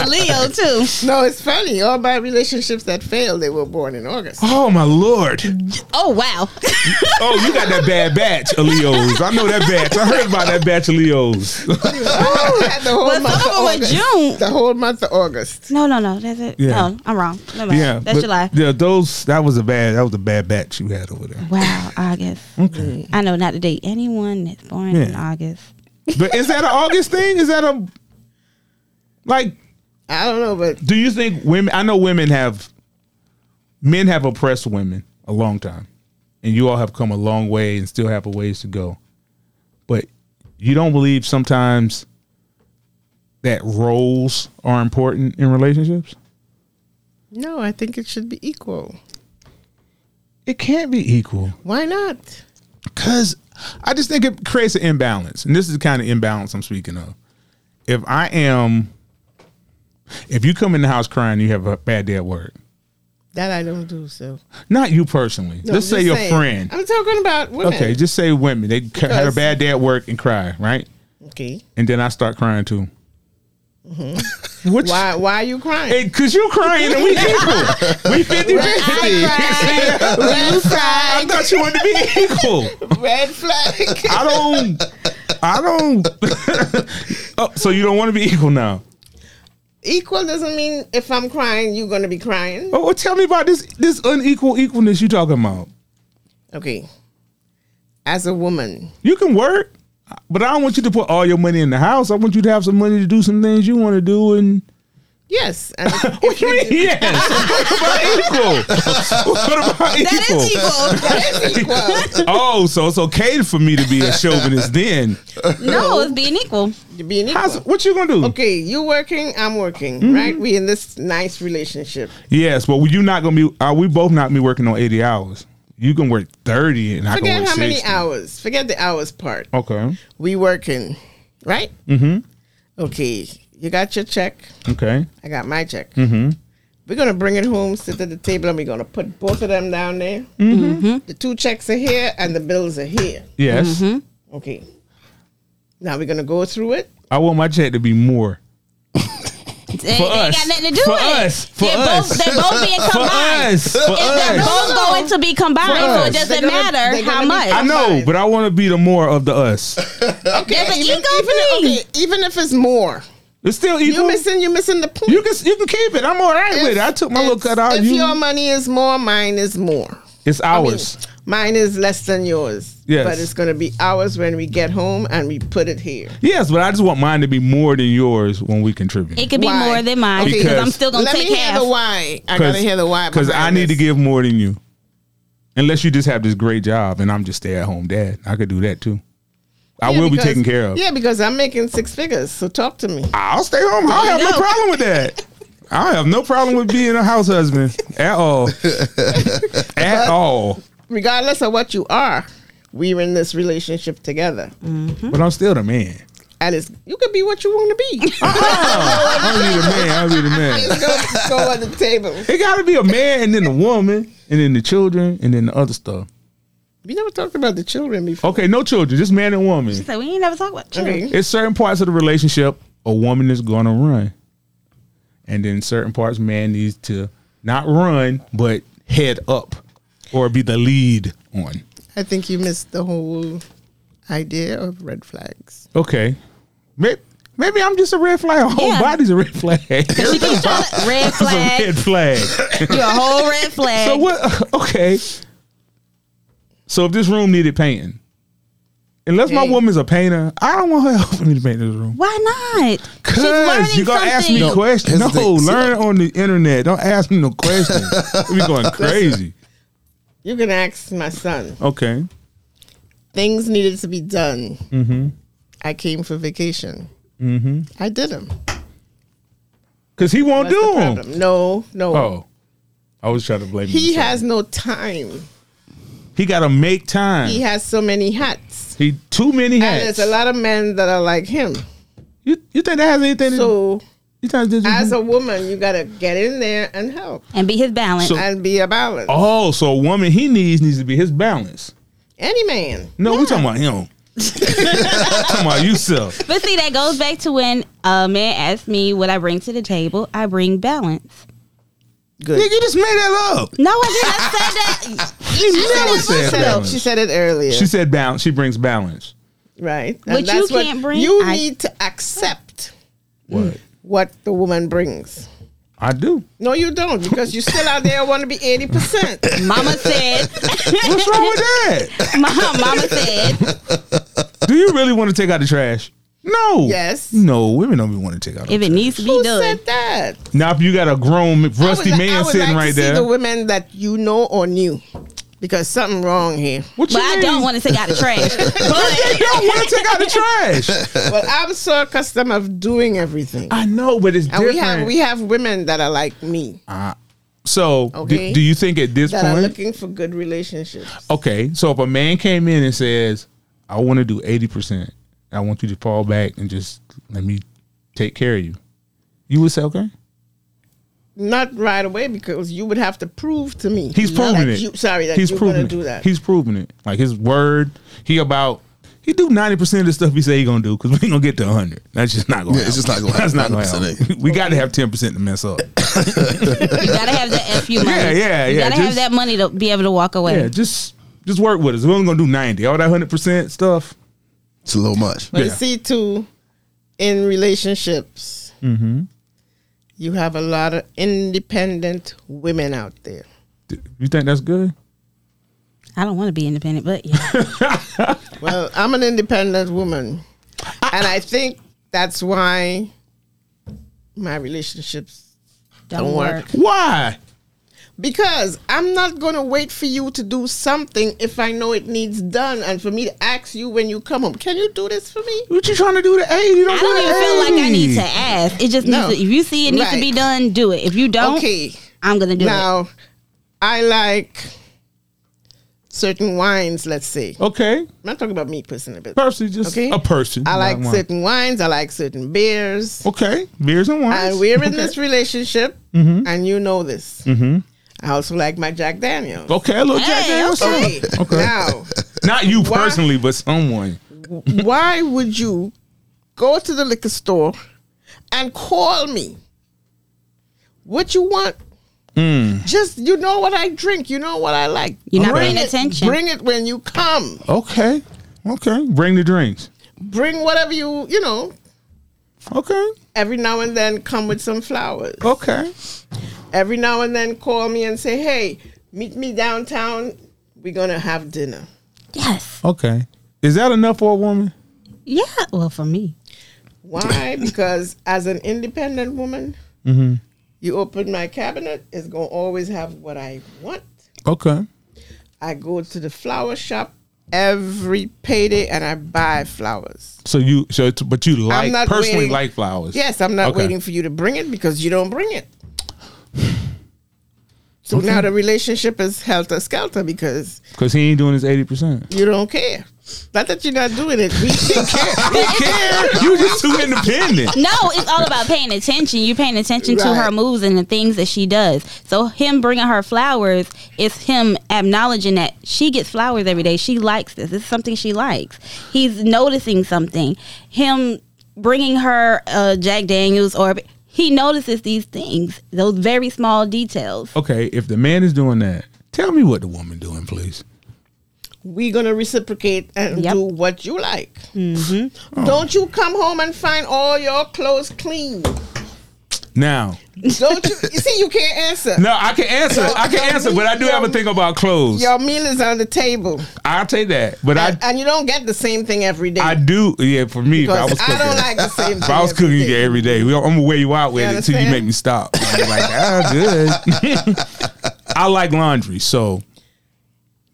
a Leo too. no, it's funny. All my relationships that failed, they were born in August. Oh my lord! Oh wow. Oh, you got that bad batch of Leos. I know that batch. I heard about that batch of Leos. I had the whole But month of some of them were August. June. The whole month of August. No, no, no. That's it. Yeah. No, I'm wrong. Never mind. Yeah, that's but- July. Yeah, those that was a bad that was a bad batch you had over there. Wow, August. I know not to date anyone that's born in Yeah. August. But is that an August thing? Is that a like? I don't know, but Do you think women? I know women have men have oppressed women a long time, and you all have come a long way and still have a ways to go. But you don't believe sometimes that roles are important in relationships. no, I think it should be equal. It can't be equal. Why not? Cause I just think it creates an imbalance, and this is the kind of imbalance I'm speaking of. If I am, if you come in the house crying, you have a bad day at work. That I don't do so. Not you personally. No, Let's I'm say just your saying. friend. I'm talking about women. Okay, just say women. They c had a Because- bad day at work and cry, right? Okay. And then I start crying too. Which Mm-hmm. Why? Why are you crying? Hey, cause you're crying and we equal. We 50 50. I I thought you wanted to be equal. Red flag. I don't. I don't. oh, so you don't want to be equal now? equal doesn't mean if I'm crying, you're gonna be crying. Oh, well, tell me about this this unequal equalness you talking about. Okay. As a woman, You can work, but I don't want you to put all your money in the house. I want you to have some money to do some things you want to do. And yes. And if- what you mean? Yes. what about equal? What about That equal? is equal. Oh, so it's okay for me to be a chauvinist then? no, it's being equal. you're being equal. How's, Mm-hmm. what you gonna do? okay, you working, I'm working, right? We in this nice relationship. Yes, but you not gonna be? Are we both not gonna be working on eighty hours? You can work thirty, and I can Forget work how many 60. hours. Forget the hours part. Okay. We working, right? Mm-hmm. Okay. You got your check. Okay. I got my check. Mm-hmm. We're gonna bring it home, sit at the table, and we're gonna put both of them down there. Mm-hmm. The two checks are here, and the bills are here. Yes. Mm-hmm. Okay. Now we're gonna go through it. I want my check to be more. They, they ain't us. got nothing to do For with it. us. For they're us. both they're both being For combined. us. For If they're us. both going to be combined, For so us. it doesn't They're gonna- matter they're how gonna be- much. I know, but I want to be the more of the us. Okay. There's an even, ego even, thing. okay, even if it's more, It's still you equal. missing you missing the point. You can you can keep it. I'm all right with it. I took my little It's- cut out. If You, your money is more, mine is more. it's I mean, ours. mine is less than yours. Yes. But it's going to be ours when we get home and we put it here. yes, but I just want mine to be more than yours when we contribute. It could be Why? more than mine because Because- I'm still gonna Let take me half. hear the why. I got to hear the why. Because I behind need to this. give more than you. Unless you just have this great job and I'm just stay at home dad. I could do that too. I Yeah, will because- be taken care of. Yeah, because I'm making six figures. So talk to me. I'll stay home. I'll have no go. problem with that. I have no problem with being a house husband at all. at all. Regardless of what you are, we're in this relationship together. But I'm still the man. And it's, you can be what you want to be. I'll be the man. I'll be the man. It's going to go on the table. It got to be a man and then a woman and then the children and then the other stuff. We never talked about the children before. Okay, no children, just man and woman. So we ain't never talk about children. Okay. It's certain parts of the relationship a woman is going to run. And then certain parts man needs to not run, but head up or be the lead on. I think you missed the whole idea of red flags. Okay. Maybe, Maybe I'm just a red flag. Our whole Yeah. body's a red flag. It's She keeps trying to- red a flag. red flag. You're a whole red flag. so what? Okay. So if this room needed painting, unless my Hey. woman's a painter, I don't want her helping me to paint this room. Why not? She's Cause learning you gonna ask me something. questions. here's the No, thing. learn on the internet. Don't ask me no questions. we going crazy. You can ask my son. Okay. Things needed to be done. Mm-hmm. I came for vacation. I did them. Oh, Cause he won't That's the do them. problem. No, no. Oh, I was trying to blame. He him. has no time. He got to make time. He He, has so many hats. too many And hats. there's a lot of men that are like him. You, you think that has anything? to, So you think that as a woman, you gotta get in there and help and be his balance. So- and be a balance. oh, so a woman he needs needs to be his balance. Any man. No, we talking about him. talking about yourself. but see, that goes back to when a man asked me what I bring to the table. I bring balance. Nigga, Good. you just made that up. No, I did not say that. You never said She said, balance. she said it earlier. She said balance. She brings balance. right. What you can't bring, You I- need to accept Mm. What? what the woman brings. I do. No, you don't, because you still out there want to be eighty percent. Mama said. What's wrong with that? Mom, Mama said. Do you really want to take out the trash? No. Yes. No, women don't want to take out. the If it needs to be Who done, said that? Now, if you got a grown rusty I would li- I man would sitting like right to See there, the women that you know or knew, because something wrong here. what you but I mean? don't want to take out the trash. You But don't want to take out the trash. well, I'm so accustomed of doing everything, I know, but it's and different. we have we have women that are like me so, do- Okay. do, you think at this that are point? looking for good relationships. Okay, so if a man came in and says, "I want to do eighty percent, I want you to fall back and just let me take care of you," you would say, "Okay." Not right away because you would have to prove to me. He's proving that it. You, sorry, that he's you're proving going to it. do that. He's proving it. Like his word, he about he do ninety percent of the stuff he say he gonna do because we ain't gonna get to hundred. That's just not gonna. Yeah, it's just happen. not gonna That's not happen. gonna 100% happen. We got to have ten percent to mess up. you gotta have that fu money. Yeah, yeah, You yeah, gotta have just- that money to be able to walk away. yeah, just just work with us. We're only gonna do ninety. All that hundred percent stuff. It's a little much. But you Yeah. see, too, in relationships, Mm-hmm. you have a lot of independent women out there. D- You think that's good? I don't want to be independent, but yeah. Well, I'm an independent woman, and I think that's why my relationships Don't, Don't work. work. Why? because I'm not going to wait for you to do something if I know it needs done, and for me to ask you when you come home, can you do this for me? What you trying to do to eighty? I don't even feel like I need to ask. It just No. needs to, if you see it needs to Right. be done, do it. If you don't, Okay, I'm gonna do it. now I like certain wines. Let's say Okay, I'm not talking about me personally, but person, just Okay. a person. I like Not one. certain wines. I like certain beers. Okay, beers and wine. And we're in this relationship, and you know this. I also like my Jack Daniels. Okay, a little Jack Hey, Daniels. Okay. Okay. Now, Not you Why- personally, but someone. why would you go to the liquor store and call me? What you want? Just you know what I drink. You know what I like. You're not Bring paying it- attention. Bring it when you come. Okay. Okay. Bring the drinks. Bring whatever you you know. Okay. Every now and then, come with some flowers. Okay. every now and then call me and say, "Hey, meet me downtown. We're gonna have dinner." Yes. Okay. Is that enough for a woman? Yeah. Well, for me, Why? because as an independent woman, you open my cabinet, it's gonna always have what I want. Okay. I go to the flower shop every payday and I buy flowers. So you so it's, but you like not personally waiting. like flowers. Yes, I'm not Okay. waiting for you to bring it because you don't bring it. So now the relationship is helter skelter because Cause he ain't doing his eighty percent. you don't care. Not that you're not doing it. We take care. you just too independent. no, it's all about paying attention. You paying attention to her Right. moves and the things that she does. So him bringing her flowers is him acknowledging that she gets flowers every day. She likes this. This is something she likes. He's noticing something. Him bringing her uh, Jack Daniels or he notices these things, those very small details. Okay, if the man is doing that, tell me what the woman doing, please. we're gonna reciprocate and Yep. do what you like. Oh. Don't you come home and find all your clothes clean? Now, Don't you? you see, you can't answer. no, I can answer. I can answer, but I do have a thing about clothes. Your meal is on the table, I'll take that, but I, and, and you don't get the same thing every day. I do. Yeah, for me, if I because was I, cooking, don't like the same. if I was thing cooking every you day. every day, we, I'm gonna wear you out with You it till you understand? make me stop. I'm like, ah, good. I like laundry, so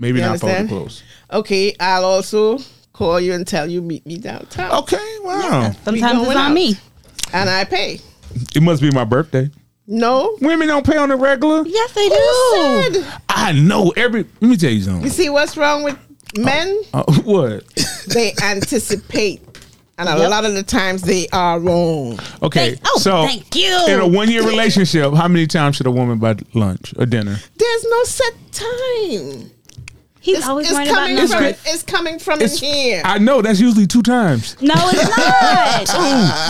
maybe You not fold the understand? clothes. Okay, I'll also call you and tell you meet me downtown. Okay, wow. Sometimes it's going on out. me. and I pay. It must be my birthday. No, Women don't pay on the regular. Yes, they Who do. said? I know every. Let me tell you something. You see what's wrong with men? Uh, what? They anticipate. And a Yep. lot of the times they are wrong. Okay, Thank- oh, so thank you. in a one-year relationship, how many times should a woman buy lunch or dinner? There's no set time. He's It's, always it's worried about coming numbers. from it's coming from in here. I know that's usually two times. no, it's not.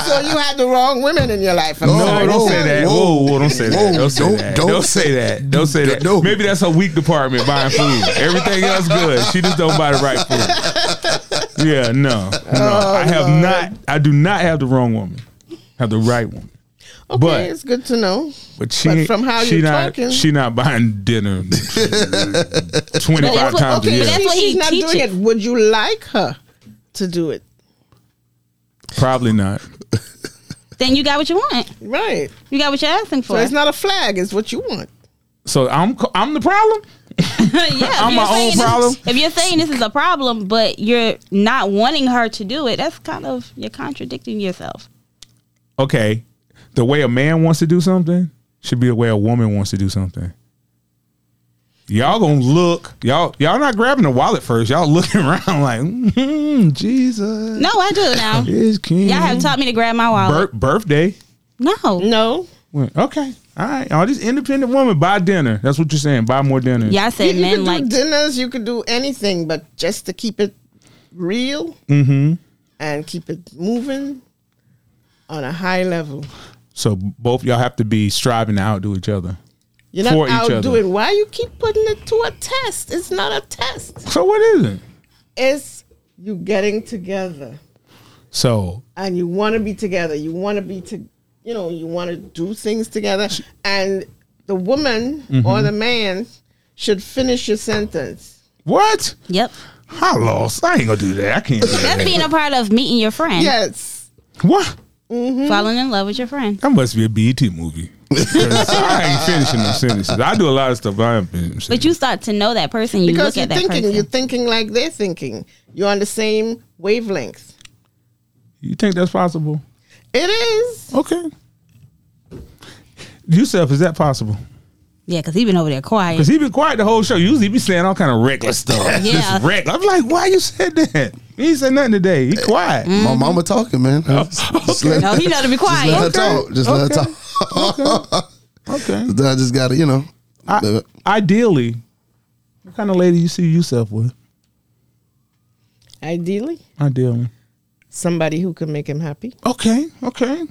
so you had the wrong women in your life. I'm No, No, sorry. don't say that. Whoa, whoa, don't say that. Whoa, Don't say don't- that. don't- Don't say that. Don't say that. No. Maybe that's her weak department buying food. Everything else good. She just don't buy the right food. Yeah, no, no. I have not. I do not have the wrong woman. I have the right woman. Okay, but- it's good to know. But she, But from how she you not, talking- she not buying dinner twenty five what- okay, times a Okay, year. that's she- what he she's not doing it. teaches. Would you like her to do it? Probably not. then you got what you want. Right. You got what you're asking So for. it's not a flag, it's what you want. So I'm, co- I'm the problem. yeah, if I'm you're my own saying this- problem. if you're saying this is a problem, but you're not wanting her to do it, that's kind of you're contradicting yourself. okay, the way a man wants to do something should be the way a woman wants to do something. Y'all gonna look, y'all y'all not grabbing the wallet first. Y'all looking around like mm, Jesus No, I do now. is king. Y'all have taught me to grab my wallet. Bir- birthday. no, No. Well, Okay, all right. All these independent women buy dinner. That's what you're saying. Buy more dinner. y'all You, said you men could like do dinners, you could do anything, but just to keep it real Mm-hmm. and keep it moving on a high level. So both y'all have to be striving to outdo each other. You're For not each out other. doing. Why you keep putting it to a test? It's not a test. So what is it? It's you getting together So and you want to be together. You want to be to, you know, you want to do things together. And the woman or the man should finish your sentence. what? Yep, I lost. I ain't gonna do that. I can't. Do that's that. being a part of meeting your friend, Yes. What? falling in love with your friend. That must be a BET movie. 'Cause I ain't finishing them sentences. I do a lot of stuff, but I ain't finishing. But you start to know that person. You because look you're at that thinking person. you're thinking like they're thinking you're on the same wavelength you think that's possible? it is Okay. Yourself, is that possible? yeah, because he been over there quiet. Because he been quiet the whole show. Usually he be saying all kind of reckless stuff. Yeah. Just reckless. I'm like, why you said that? He ain't said nothing today. He quiet. My mama talking, man. Just, just let, No, he know to be just let her quiet. talk. Just let her Okay. talk. Okay. Then I just gotta, you know. I, ideally, what kind of lady you see yourself with? ideally Ideally. somebody who can make him happy Okay. Okay.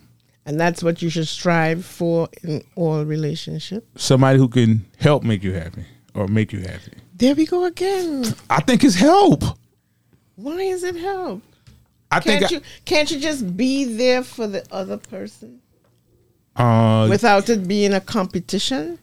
and that's what you should strive for in all relationship Somebody who can help make you happy or make you happy. there we go again I think it's help. why is it help I can't think I- you can't you just be there for the other person Uh, without it being a competition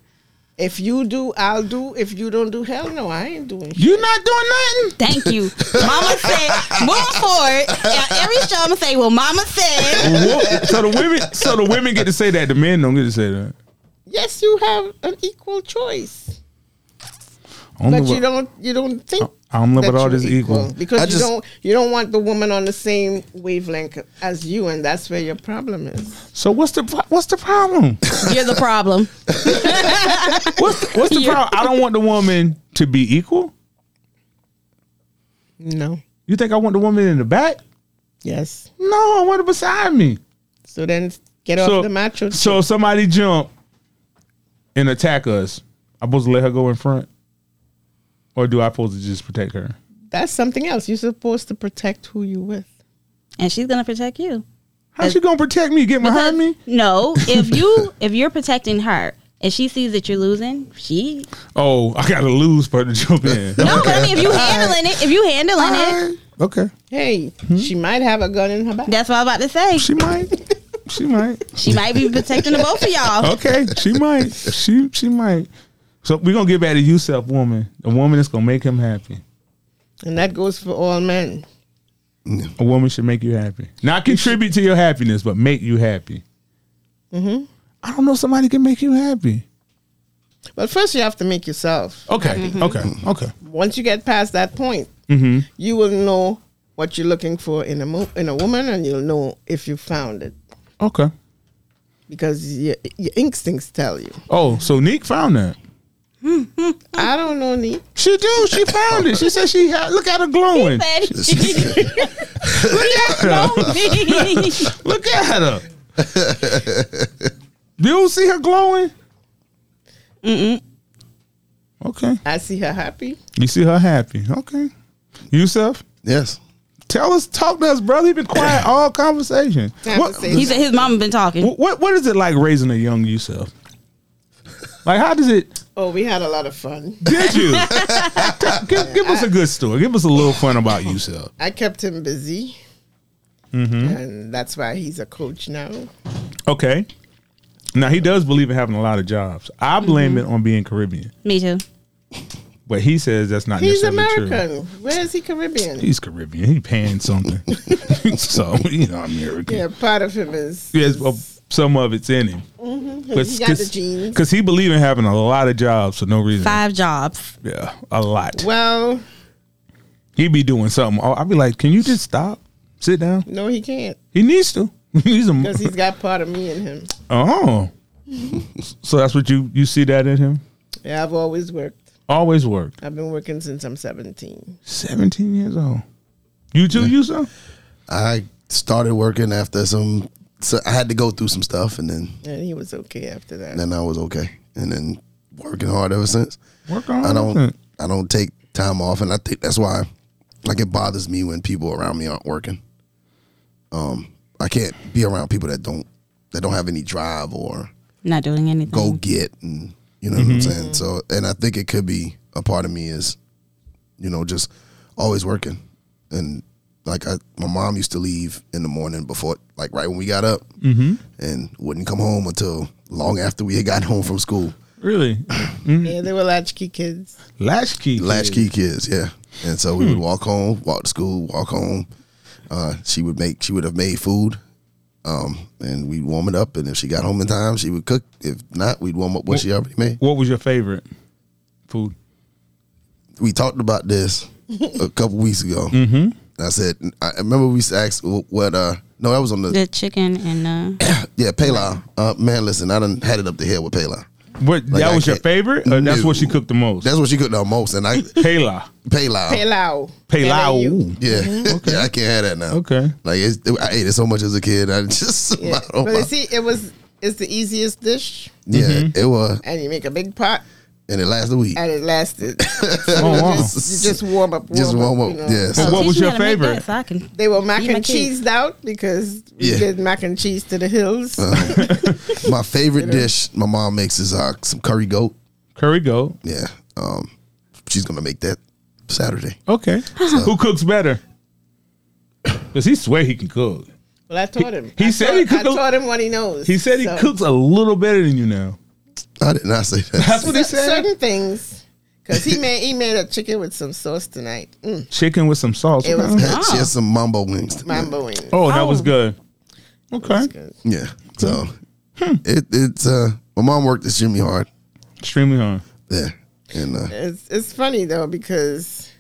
if you do i'll do if you don't do hell no i ain't doing shit. you're not doing nothing. Thank you. Mama said, move forward. Now, Every show I'm gonna say, well, Mama said, Whoa. so the women, so the women get to say that. The men don't get to say that. yes you have an equal choice I'm but the- you don't you don't Oh. think I don't know that about all you're this equal. because I you just- don't you don't want the woman on the same wavelength as you, and that's where your problem is. So what's the pro- what's the problem? you're the problem. What's the, what's the problem? I don't want the woman to be equal. No. You think I want the woman in the back? Yes. No, I want her beside me. So then get so off the macho. so chick. if somebody jump and attack us. I'm supposed to let her go in front, or do I supposed to just protect her? that's something else. You're supposed to protect who you with. And she's gonna protect you. How's she gonna protect me? Get behind me? No, if you if you're protecting her and she sees that you're losing, she Oh, I gotta lose for her to jump in. no. But I mean, if you handling it, if you handling it, Okay, Hey, Hmm? she might have a gun in her back. that's what I'm about to say. she might. She might. She might be protecting the both of y'all. Okay, she might. She she might. So we're gonna get back to Yusef woman. A woman that's gonna make him happy. And that goes for all men. A woman should make you happy. Not contribute to your happiness, but make you happy. I don't know somebody can make you happy. But first, you have to make yourself. Okay, Mm-hmm. okay, okay. Once you get past that point, Mm-hmm. you will know what you're looking for in a mo- in a woman, and you'll know if you found it Okay. because your, your instincts tell you. Oh, so Neek found that. I don't know, Nee. She do. She found it. She said she had. Look at her glowing. Look at her. you don't see her glowing. Mm-mm. Okay. I see her happy. You see her happy. Okay. Yusuf, Yes. tell us. Talk to us, brother. You've been quiet all conversation. What, Conversation. he said his mama been talking. what What is it like raising a young Yusuf? Like, how does it? Oh, we had a lot of fun. Did you? give, give us a good story. Give us a little fun about Yusuf. I kept him busy, Mm-hmm. and that's why he's a coach now. Okay. Now he does believe in having a lot of jobs. I blame it on being Caribbean, Me too. but he says that's not He's necessarily true. American. Where is he Caribbean? He's Caribbean. He paying something, so you know American. yeah, part of him is. Yes, well, some of it's in him. Mm-hmm. He got the genes. Because he believe in having a lot of jobs for no reason. Five jobs. Yeah, a lot. Well, He be doing something. Oh, I'd be like, can you just stop? Sit down. no, he can't He needs to. He's a. because he's got part of me in him. oh. so that's what you you see that in him. Yeah, I've always worked. Always worked. I've been working since I'm 17. Seventeen years old. You too, you so? I started working after some. So I had to go through some stuff, and then And he was okay after that. then I was okay, and then working hard ever since. Work on. I don't. it. I don't take time off, and I think that's why, like, it bothers me when people around me aren't working. Um, I can't be around people that don't that don't have any drive or Not doing anything. go get, and you know what I'm saying. So, and I think it could be a part of me is, you know, just always working, and like I, my mom used to leave in the morning before, like right when we got up, and wouldn't come home until long after we had gotten home from school. Really? Mm-hmm. Yeah, they were latchkey kids. Latchkey. latchkey kids, yeah. And so we would walk home, walk to school, walk home. Uh, she would make, she would have made food, um, and we'd warm it up. And if she got home in time, she would cook. If not, we'd warm up what she already made. What was your favorite food? We talked about this a couple weeks ago. Mm-hmm. I said, I remember we asked what. Uh, no, that was on the, The chicken and uh, yeah Pela. Uh, man, listen, I done had it up the hill with Pela. What Like, that I was your can't- favorite? Or that's what she No. cooked the most. That's what she cooked the most, and I Pela. Pela. Palau. Palau. Yeah, yeah, I can't have that now. Okay. like it's, I ate it so much as a kid. I just, Yeah. I don't But you mind. see, it was it's the easiest dish, Yeah, it was, and you make a big pot, and it lasted a week. and it lasted. Oh, wow. you just warm up. Warm Just up, warm up, you know. yes. oh, what teach was me your how to make favorite? that so I can- They were mac Eat my and kids. cheesed out because we Yeah. did mac and cheese to the hills. Uh. My favorite dish my mom makes is uh, some curry goat. Curry goat. Yeah, um, she's gonna make that Saturday. Okay. Who cooks better? Because he swear he can cook. well, I taught him. He I said taught, he could I go- taught him what he knows. He said he So, cooks a little better than you now. I did not say that. That's what he cer- said. certain things because he made he made a chicken with some sauce tonight. Mm, Chicken with some sauce. It was- Okay. she has some mambo wings. tonight. mambo wings. Oh, that was good. Okay. Yeah, so it, it's uh, my mom worked extremely hard. Extremely hard. Yeah, and uh, It's it's funny though because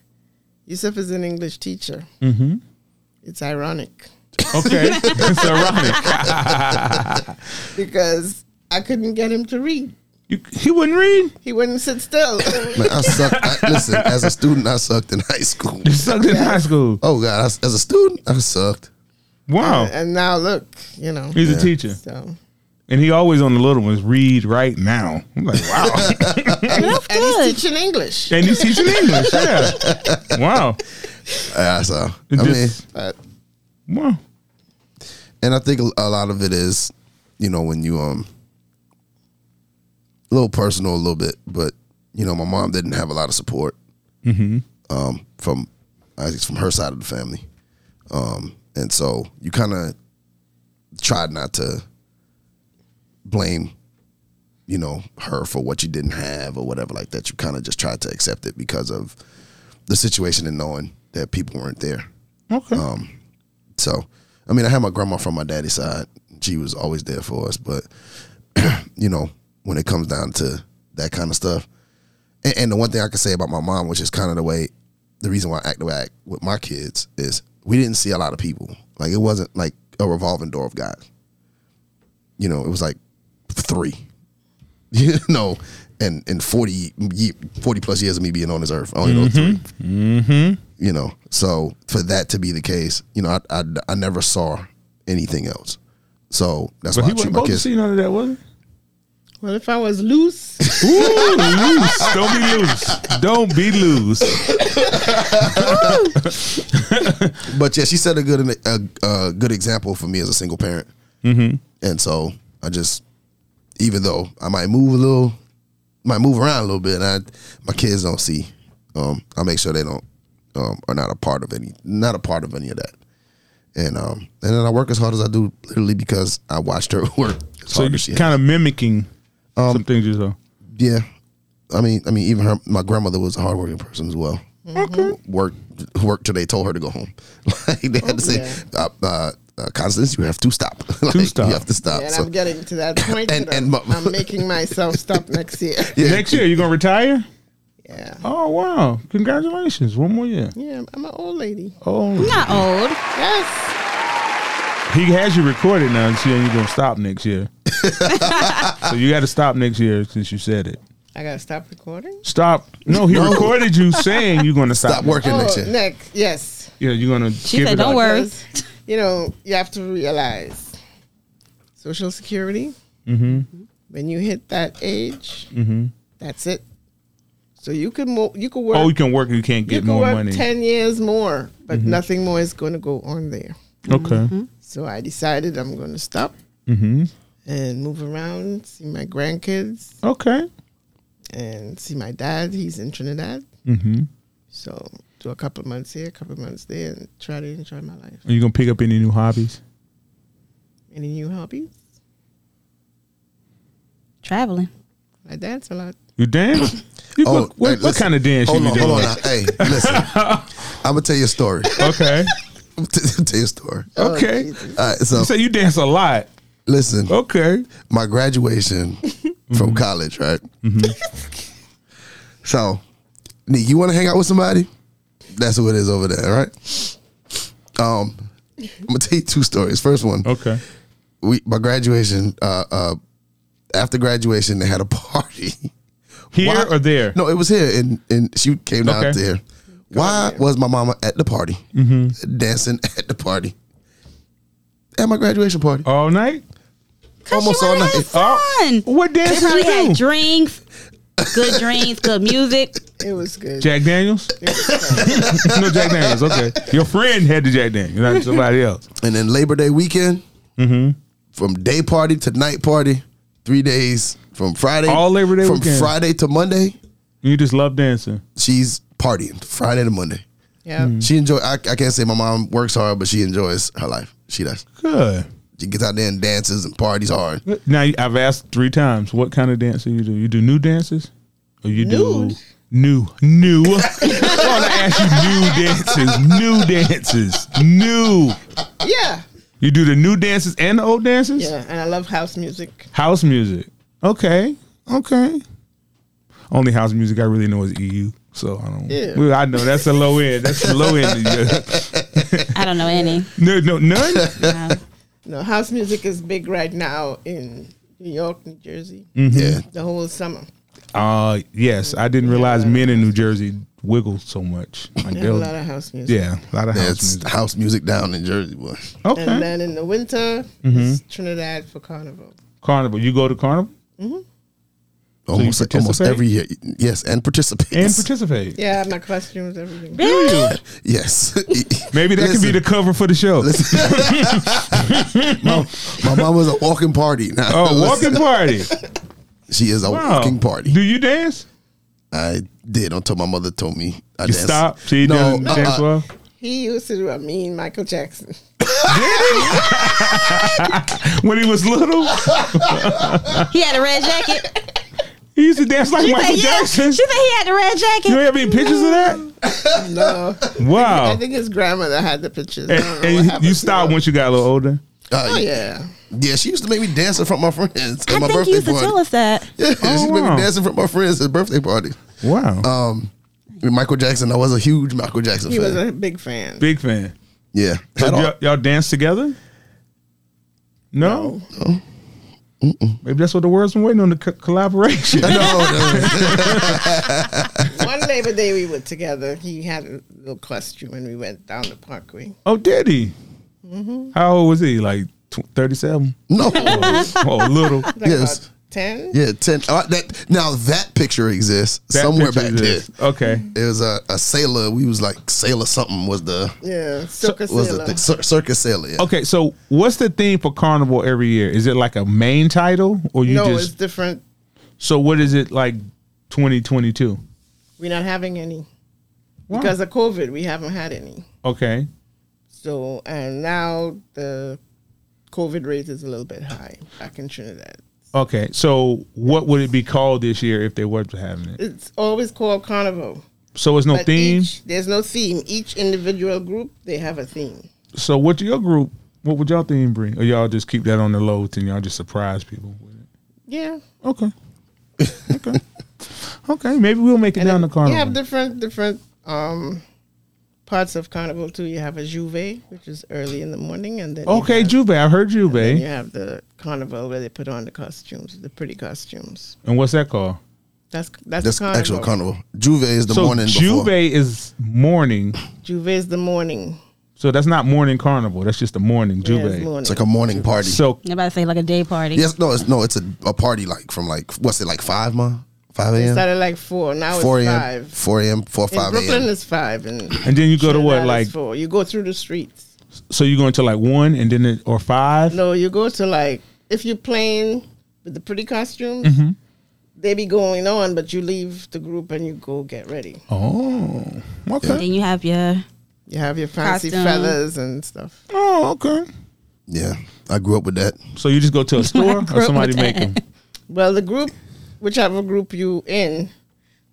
Yusuf is an English teacher. Mm-hmm. It's ironic Okay. it's ironic. because I couldn't get him to read. You, he wouldn't read. He wouldn't sit still. man, I sucked. I, listen, as a student, I sucked in high school. You sucked in high school. Oh God, I, as a student, I sucked. Wow. and now look, you know. He's a teacher. So And he always on the little ones, read right now. I'm like, wow. That's and he's good. teaching English. and he's teaching English. Yeah. Wow. Yeah, so It I mean, just- I, Wow. and I think a lot of it is, you know, when you um a little personal a little bit, but you know, my mom didn't have a lot of support um, from I guess from her side of the family, um, and so you kind of tried not to blame, you know, her for what you didn't have or whatever like that. You kind of just tried to accept it because of the situation and knowing that people weren't there. Okay. Oh, So, I mean, I had my grandma from my daddy's side. She was always there for us, but you know, when it comes down to that kind of stuff, and, and the one thing I can say about my mom, which is kind of the way, the reason why I act the way I act with my kids is we didn't see a lot of people. Like it wasn't like a revolving door of guys. You know, it was like three. You know, and in 40, ye- 40 plus years of me being on this earth, I only know three Mm-hmm. you know so for that to be the case you know i, I, I never saw anything else so that's but why he i treat my wasn't supposed to kids see none of that, was he? Well, if I was loose, Ooh, loose. Don't be loose. Don't be loose. but yeah she set a good a, a good example for me as a single parent and so i just even though i might move a little might move around a little bit and I, my kids don't see um, i make sure they don't um, are not a part of any not a part of any of that and um and then i work as hard as i do literally because i watched her work as So hard you're as she has. kind of mimicking some Um, things you saw. Yeah, I mean, I mean, even her, my grandmother was a hardworking person as well. Mm-hmm. Worked, worked till they told her to go home. like they Oh, had to say, uh, uh, uh, Constance, you have to stop. like, stop. You have to stop. and Uh, So- I'm getting to that point, And- and, and mo- I'm, I'm making myself stop next year. Yeah. Next year, you gonna retire? Yeah, Oh wow! Congratulations, one more year. yeah, I'm an old lady. Oh, Not old. Yes, he has you recorded now, and saying you're gonna stop next year. so you got to stop next year since you said it. I gotta stop recording. Stop. No, he No. recorded you saying you're gonna stop. stop working next Oh, year. next, yes. Yeah, you're gonna. She give said, it "Don't up. worry." Because, you know, you have to realize Social Security, Mm-hmm. when you hit that age, that's it. So you can mo- you can work Oh, you can work. You can't you get can more work money. Mm-hmm. ten years more, but nothing more is going to go on there. okay. Mm-hmm. So I decided I'm going to stop Mm-hmm. and move around, see my grandkids, Okay. and see my dad. He's in Trinidad, Mm-hmm. so do a couple months here, a couple months there, and try to enjoy my life. Are you gonna pick up any new hobbies? Any new hobbies? Traveling. I dance a lot. You dance? You Oh, look, what, hey, what listen. kind of dance Hold you on, be hold on. doing? Now. Hey, listen. I'm gonna tell you a story. Okay. I'm gonna tell you a story. All Okay. Jesus. right, so you say you dance a lot. listen. Okay. my graduation Mm-hmm. from college, right? so, Nee, you want to hang out with somebody? That's who it is over there, all right? Um, I'm gonna tell you two stories. First one, Okay. we my graduation. Uh, uh, after graduation, they had a party. Here Why- or there? No, it was here, and and she came down Okay. to here. Why was my mama at the party, Mm-hmm. dancing at the party, at my graduation party? All night. Almost all night. Fun. What They dance probably you had do? drinks, good drinks, good music. It was good. Jack Daniels? no Jack Daniels. Okay. Your friend had the Jack Daniels, not somebody else. and then Labor Day weekend, Mm-hmm. from day party to night party, three days from Friday. All Labor Day from weekend. Friday to Monday, You just love dancing. she's partying Friday to Monday. Mm-hmm. Yeah. She enjoy. I, I can't say my mom works hard, but she enjoys her life. She does. Good. She gets out there and dances and parties hard. Now I've asked three times. What kind of dance do you do? You do new dances, or you do Nude. new new? I want to ask you new dances, new dances, new. Yeah. You do the new dances and the old dances. Yeah. And I love house music. House music. Okay. Okay. Only house music I really know is EU. So I don't. Yeah. Well, I know that's a low end. That's a low end. I don't know any. no, no, none. No. No, house music is big right now in New York, New Jersey, Mm-hmm. Yeah, the whole summer. Uh, yes, I didn't realize men in New Jersey wiggle so much. Like They have a they'll- lot of house music. yeah, a lot of house that's music. house music down in Jersey. Boy. Okay. And then in the winter, it's Trinidad for carnival. Carnival. You go to Carnival Almost, almost participate? every year. Yes, and participate. and participate. Yeah, my costumes, everything. Do you? Yes. Maybe that could be the cover for the show. my mom was a walking party. Now, Oh, listen. walking party. She is a walking party. Do you dance? I did until my mother told me I You danced. stop. She No, doesn't uh-uh. dance well. He used to do a mean Michael Jackson. When he was little, He had a red jacket. he used to dance like She said, Michael yeah. Jackson. She said he had the red jacket. You have any pictures of that? No, I Wow. think his grandmother had the pictures. I And, don't know what and happened you to stopped her. once you got a little older. Uh, Oh yeah, Yeah, she used to make me dance in front of my friends at I my think birthday you used to party. tell us that. Yeah, she made Oh, wow. me dance in front of my friends at birthday parties. Wow. Um, with Michael Jackson, I was a huge Michael Jackson he fan. was a big fan. Big fan. yeah, So At all. y'all, y'all dance together? No. Maybe that's what the world's been waiting on the co- collaboration. I know, no, One Labor Day we were together. He had a little costume, and we went down the Parkway. oh, did he? Mm-hmm. How old was he? Like tw- 37? no, oh, little. Like Yes. about ten. yeah, ten. Uh, that now that picture exists That somewhere picture back exists. Okay. there. It was a, a sailor. We was like sailor something was the Yeah, Circus was the thing. Cir- circus sailor. Yeah. Okay, so what's the theme for Carnival every year? Is it like a main title or you No, it's just different. So what is it like 2022? We're not having any Wow. because of COVID. We haven't had any. Okay. So and now the COVID rate is a little bit high back in Trinidad. Okay. So what would it be called this year if they were having it? It's always called Carnival. So it's no But theme. Each, there's no theme. Each individual group they have a theme. So what your group? What would y'all theme bring? Or y'all just keep that on the low and y'all just surprise people with it? Yeah. Okay. okay. Okay. Maybe we'll make it down then to carnival. You have different different um, parts of carnival too. You have a juve, which is early in the morning, and then you okay, have- Jube. I heard Jube. then you And have the carnival where they put on the costumes, the pretty costumes. what's that called? That's that's, That's carnival. actual carnival. Juve is the so morning Juve before. is morning. Juve is the morning. So that's not morning carnival. That's just the morning Yeah, it's Jube. morning. It's like a morning party. so I'm about to say like a day party. yes, no, it's no, it's a, a party like from like what's it like five ma, five it a.m. started like four. Now four it's a.m. five. four a.m. four In five Brooklyn a.m. it's five, and and then you go to what Trinidad like is four. You go through the streets. so you go into like one and then it, or five. No, you go to like if you're playing with the pretty costumes, Mm-hmm. they be going on, but you leave the group and you go get ready. Oh. Okay. Then you have your You have your fancy Costume. feathers and stuff. Oh, okay. Yeah, I grew up with that. So you just go to a store or somebody make them. Well, the group, whichever group you in,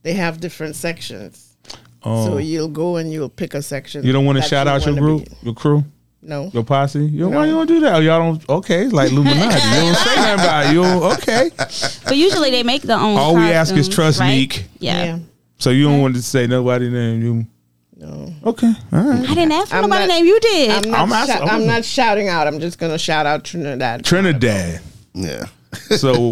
they have different sections. Oh. So you'll go and you'll pick a section. You don't want to that shout you out your wanna group, be in. your crew, No. your posse. You why you don't do that? Y'all don't. Okay, it's like Illuminati. you don't say nothing about it. You don't, okay. But usually they make their own. All we ask is costumes, trust right? Neek. Yeah. So you don't want to say nobody name. You No. okay? All right. I didn't ask for I'm nobody not- name. You did. I'm not, I'm asking- shou- I'm not shouting out. I'm just going to shout out Trinidad. Trinidad. Yeah. So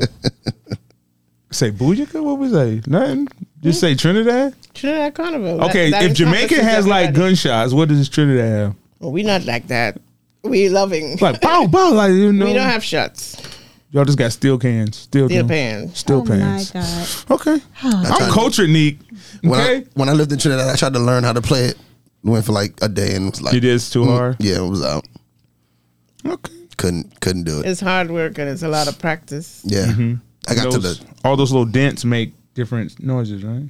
say Booyaka. What was that? Nothing. Just say Trinidad. Trinidad Carnival. That- Okay. that if Jamaica encompasses has like everybody. gunshots, what does Trinidad have? Well, we not like that. We loving. Like pow pow. Like you know. we don't have shots. y'all just got steel cans. Steel, Steel cans. pans. Steel oh pans. my god. Okay. I'm tried- cultured, Neek. When Okay. I when I lived in Trinidad, I tried to learn how to play it. Went for like a day and was like, it is too Mm, hard. Yeah, it was out. Okay. Couldn't couldn't do it. It's hard work and it's a lot of practice. Yeah, I got to Mm-hmm. those- the all those little dents make different noises, right?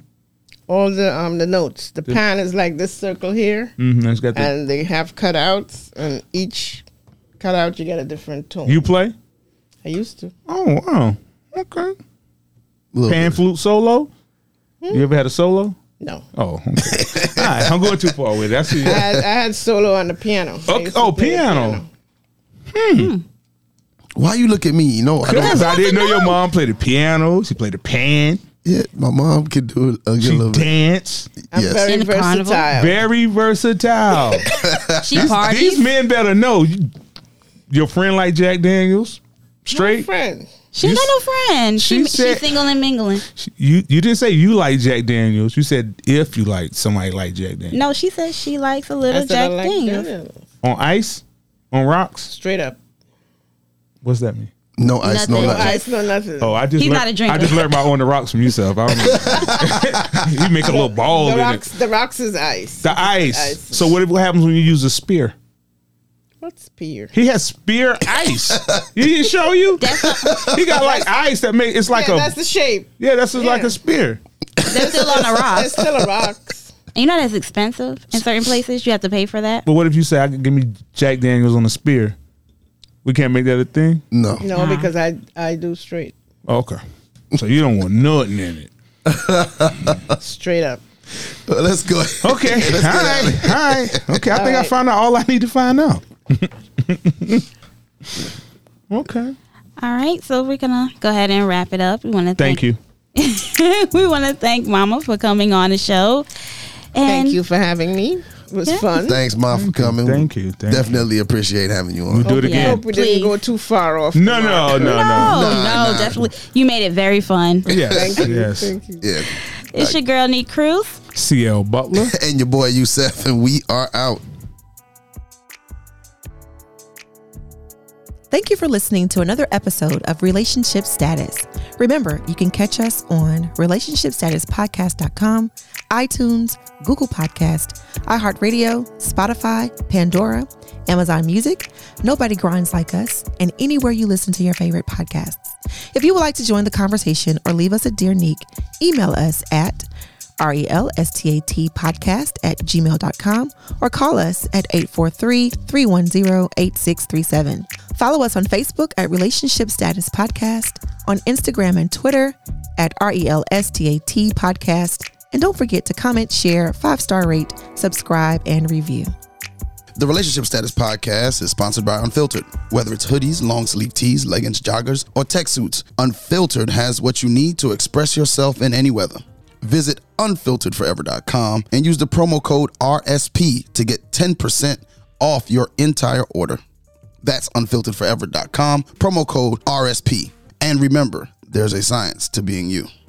All the um the notes. The pan is like this circle here, Mm-hmm. It's got the, and they have cutouts, and each cutout you get a different tone. you play? I used to. Oh wow, okay. little Pan flute solo. You ever had a solo? No, Oh, okay. all right. I'm going too far with it. I see. I had, I had solo on the piano. I Okay. used to Oh, play the piano. Why you look at me? You know, I don't. Because I didn't know your mom played the piano. She played the pan. Yeah, my mom could do a good She little bit. danced. I'm Yes. very In the versatile. carnival? Very versatile. She parties. These men better know. You- Your friend like Jack Daniels, straight. friend. she you ain't got no friend. She, she she said- she's single and mingling. You you didn't say you like Jack Daniels. You said if you like somebody like Jack Daniels No, she says she likes a I little said I Jack like Daniels. Daniels. on ice, on rocks. Straight up. What's that mean? No ice, no Nothing. nothing. I know nothing. Oh, I just He's learned, not a drinker. I just learned my on the rocks from yourself. I don't know. you make a little ball the in rocks. it. The rocks is ice. The ice. Ice. So what, if- what happens when you use a spear? What's peer? He has spear ice. he didn't show you. he got like ice that make it's like yeah, a that's the shape. yeah. That's just like yeah. a spear. They're still on the It's rocks. still a rock. You know that's expensive in certain places. You have to pay for that. But what if you say, "I could give me Jack Daniels on a spear"? We can't make that a thing. No. No, Uh-huh. because I I do straight, Oh, okay, so you don't want nothing in it. straight up. Uh, Let's go. Okay, all right, all right. Okay, I think I right. found out all I need to find out. okay, All right, so we're gonna go ahead and wrap it up. We want to thank you. we want to thank Mama for coming on the show. And Thank you for having me. It was Yeah. fun. Thanks, Ma, for coming. Thank you, thank you. Definitely appreciate having you on. Do it Hope you I again. hope we didn't Please. go too far off. the No, mark. no, No, no, no. no, definitely. You made it very fun. Yes, Thank you. yes. Thank you. Yeah. It's your girl, Nee Cruz. CL Butler. And your boy Youssef, and we are out. Thank you for listening to another episode of Relationship Status. Remember, you can catch us on relationshipstatuspodcast.com, iTunes, Google Podcast, iHeartRadio, Spotify, Pandora, Amazon Music, Nobody Grinds Like Us, and anywhere you listen to your favorite podcasts. If you would like to join the conversation or leave us a dear nick, email us at R E L S T A T podcast at gmail.com or call us at 843 310 8637. Follow us on Facebook at Relationship Status Podcast, on Instagram and Twitter at R E L S T A T podcast. And don't forget to comment, share, five star rate, subscribe, and review. The Relationship Status Podcast is sponsored by Unfiltered. Whether it's hoodies, long sleeve tees, leggings, joggers, or tech suits, Unfiltered has what you need to express yourself in any weather. Visit unfilteredforever.com and use the promo code RSP to get 10% off your entire order. That's unfilteredforever.com, promo code RSP. And remember, there's a science to being you.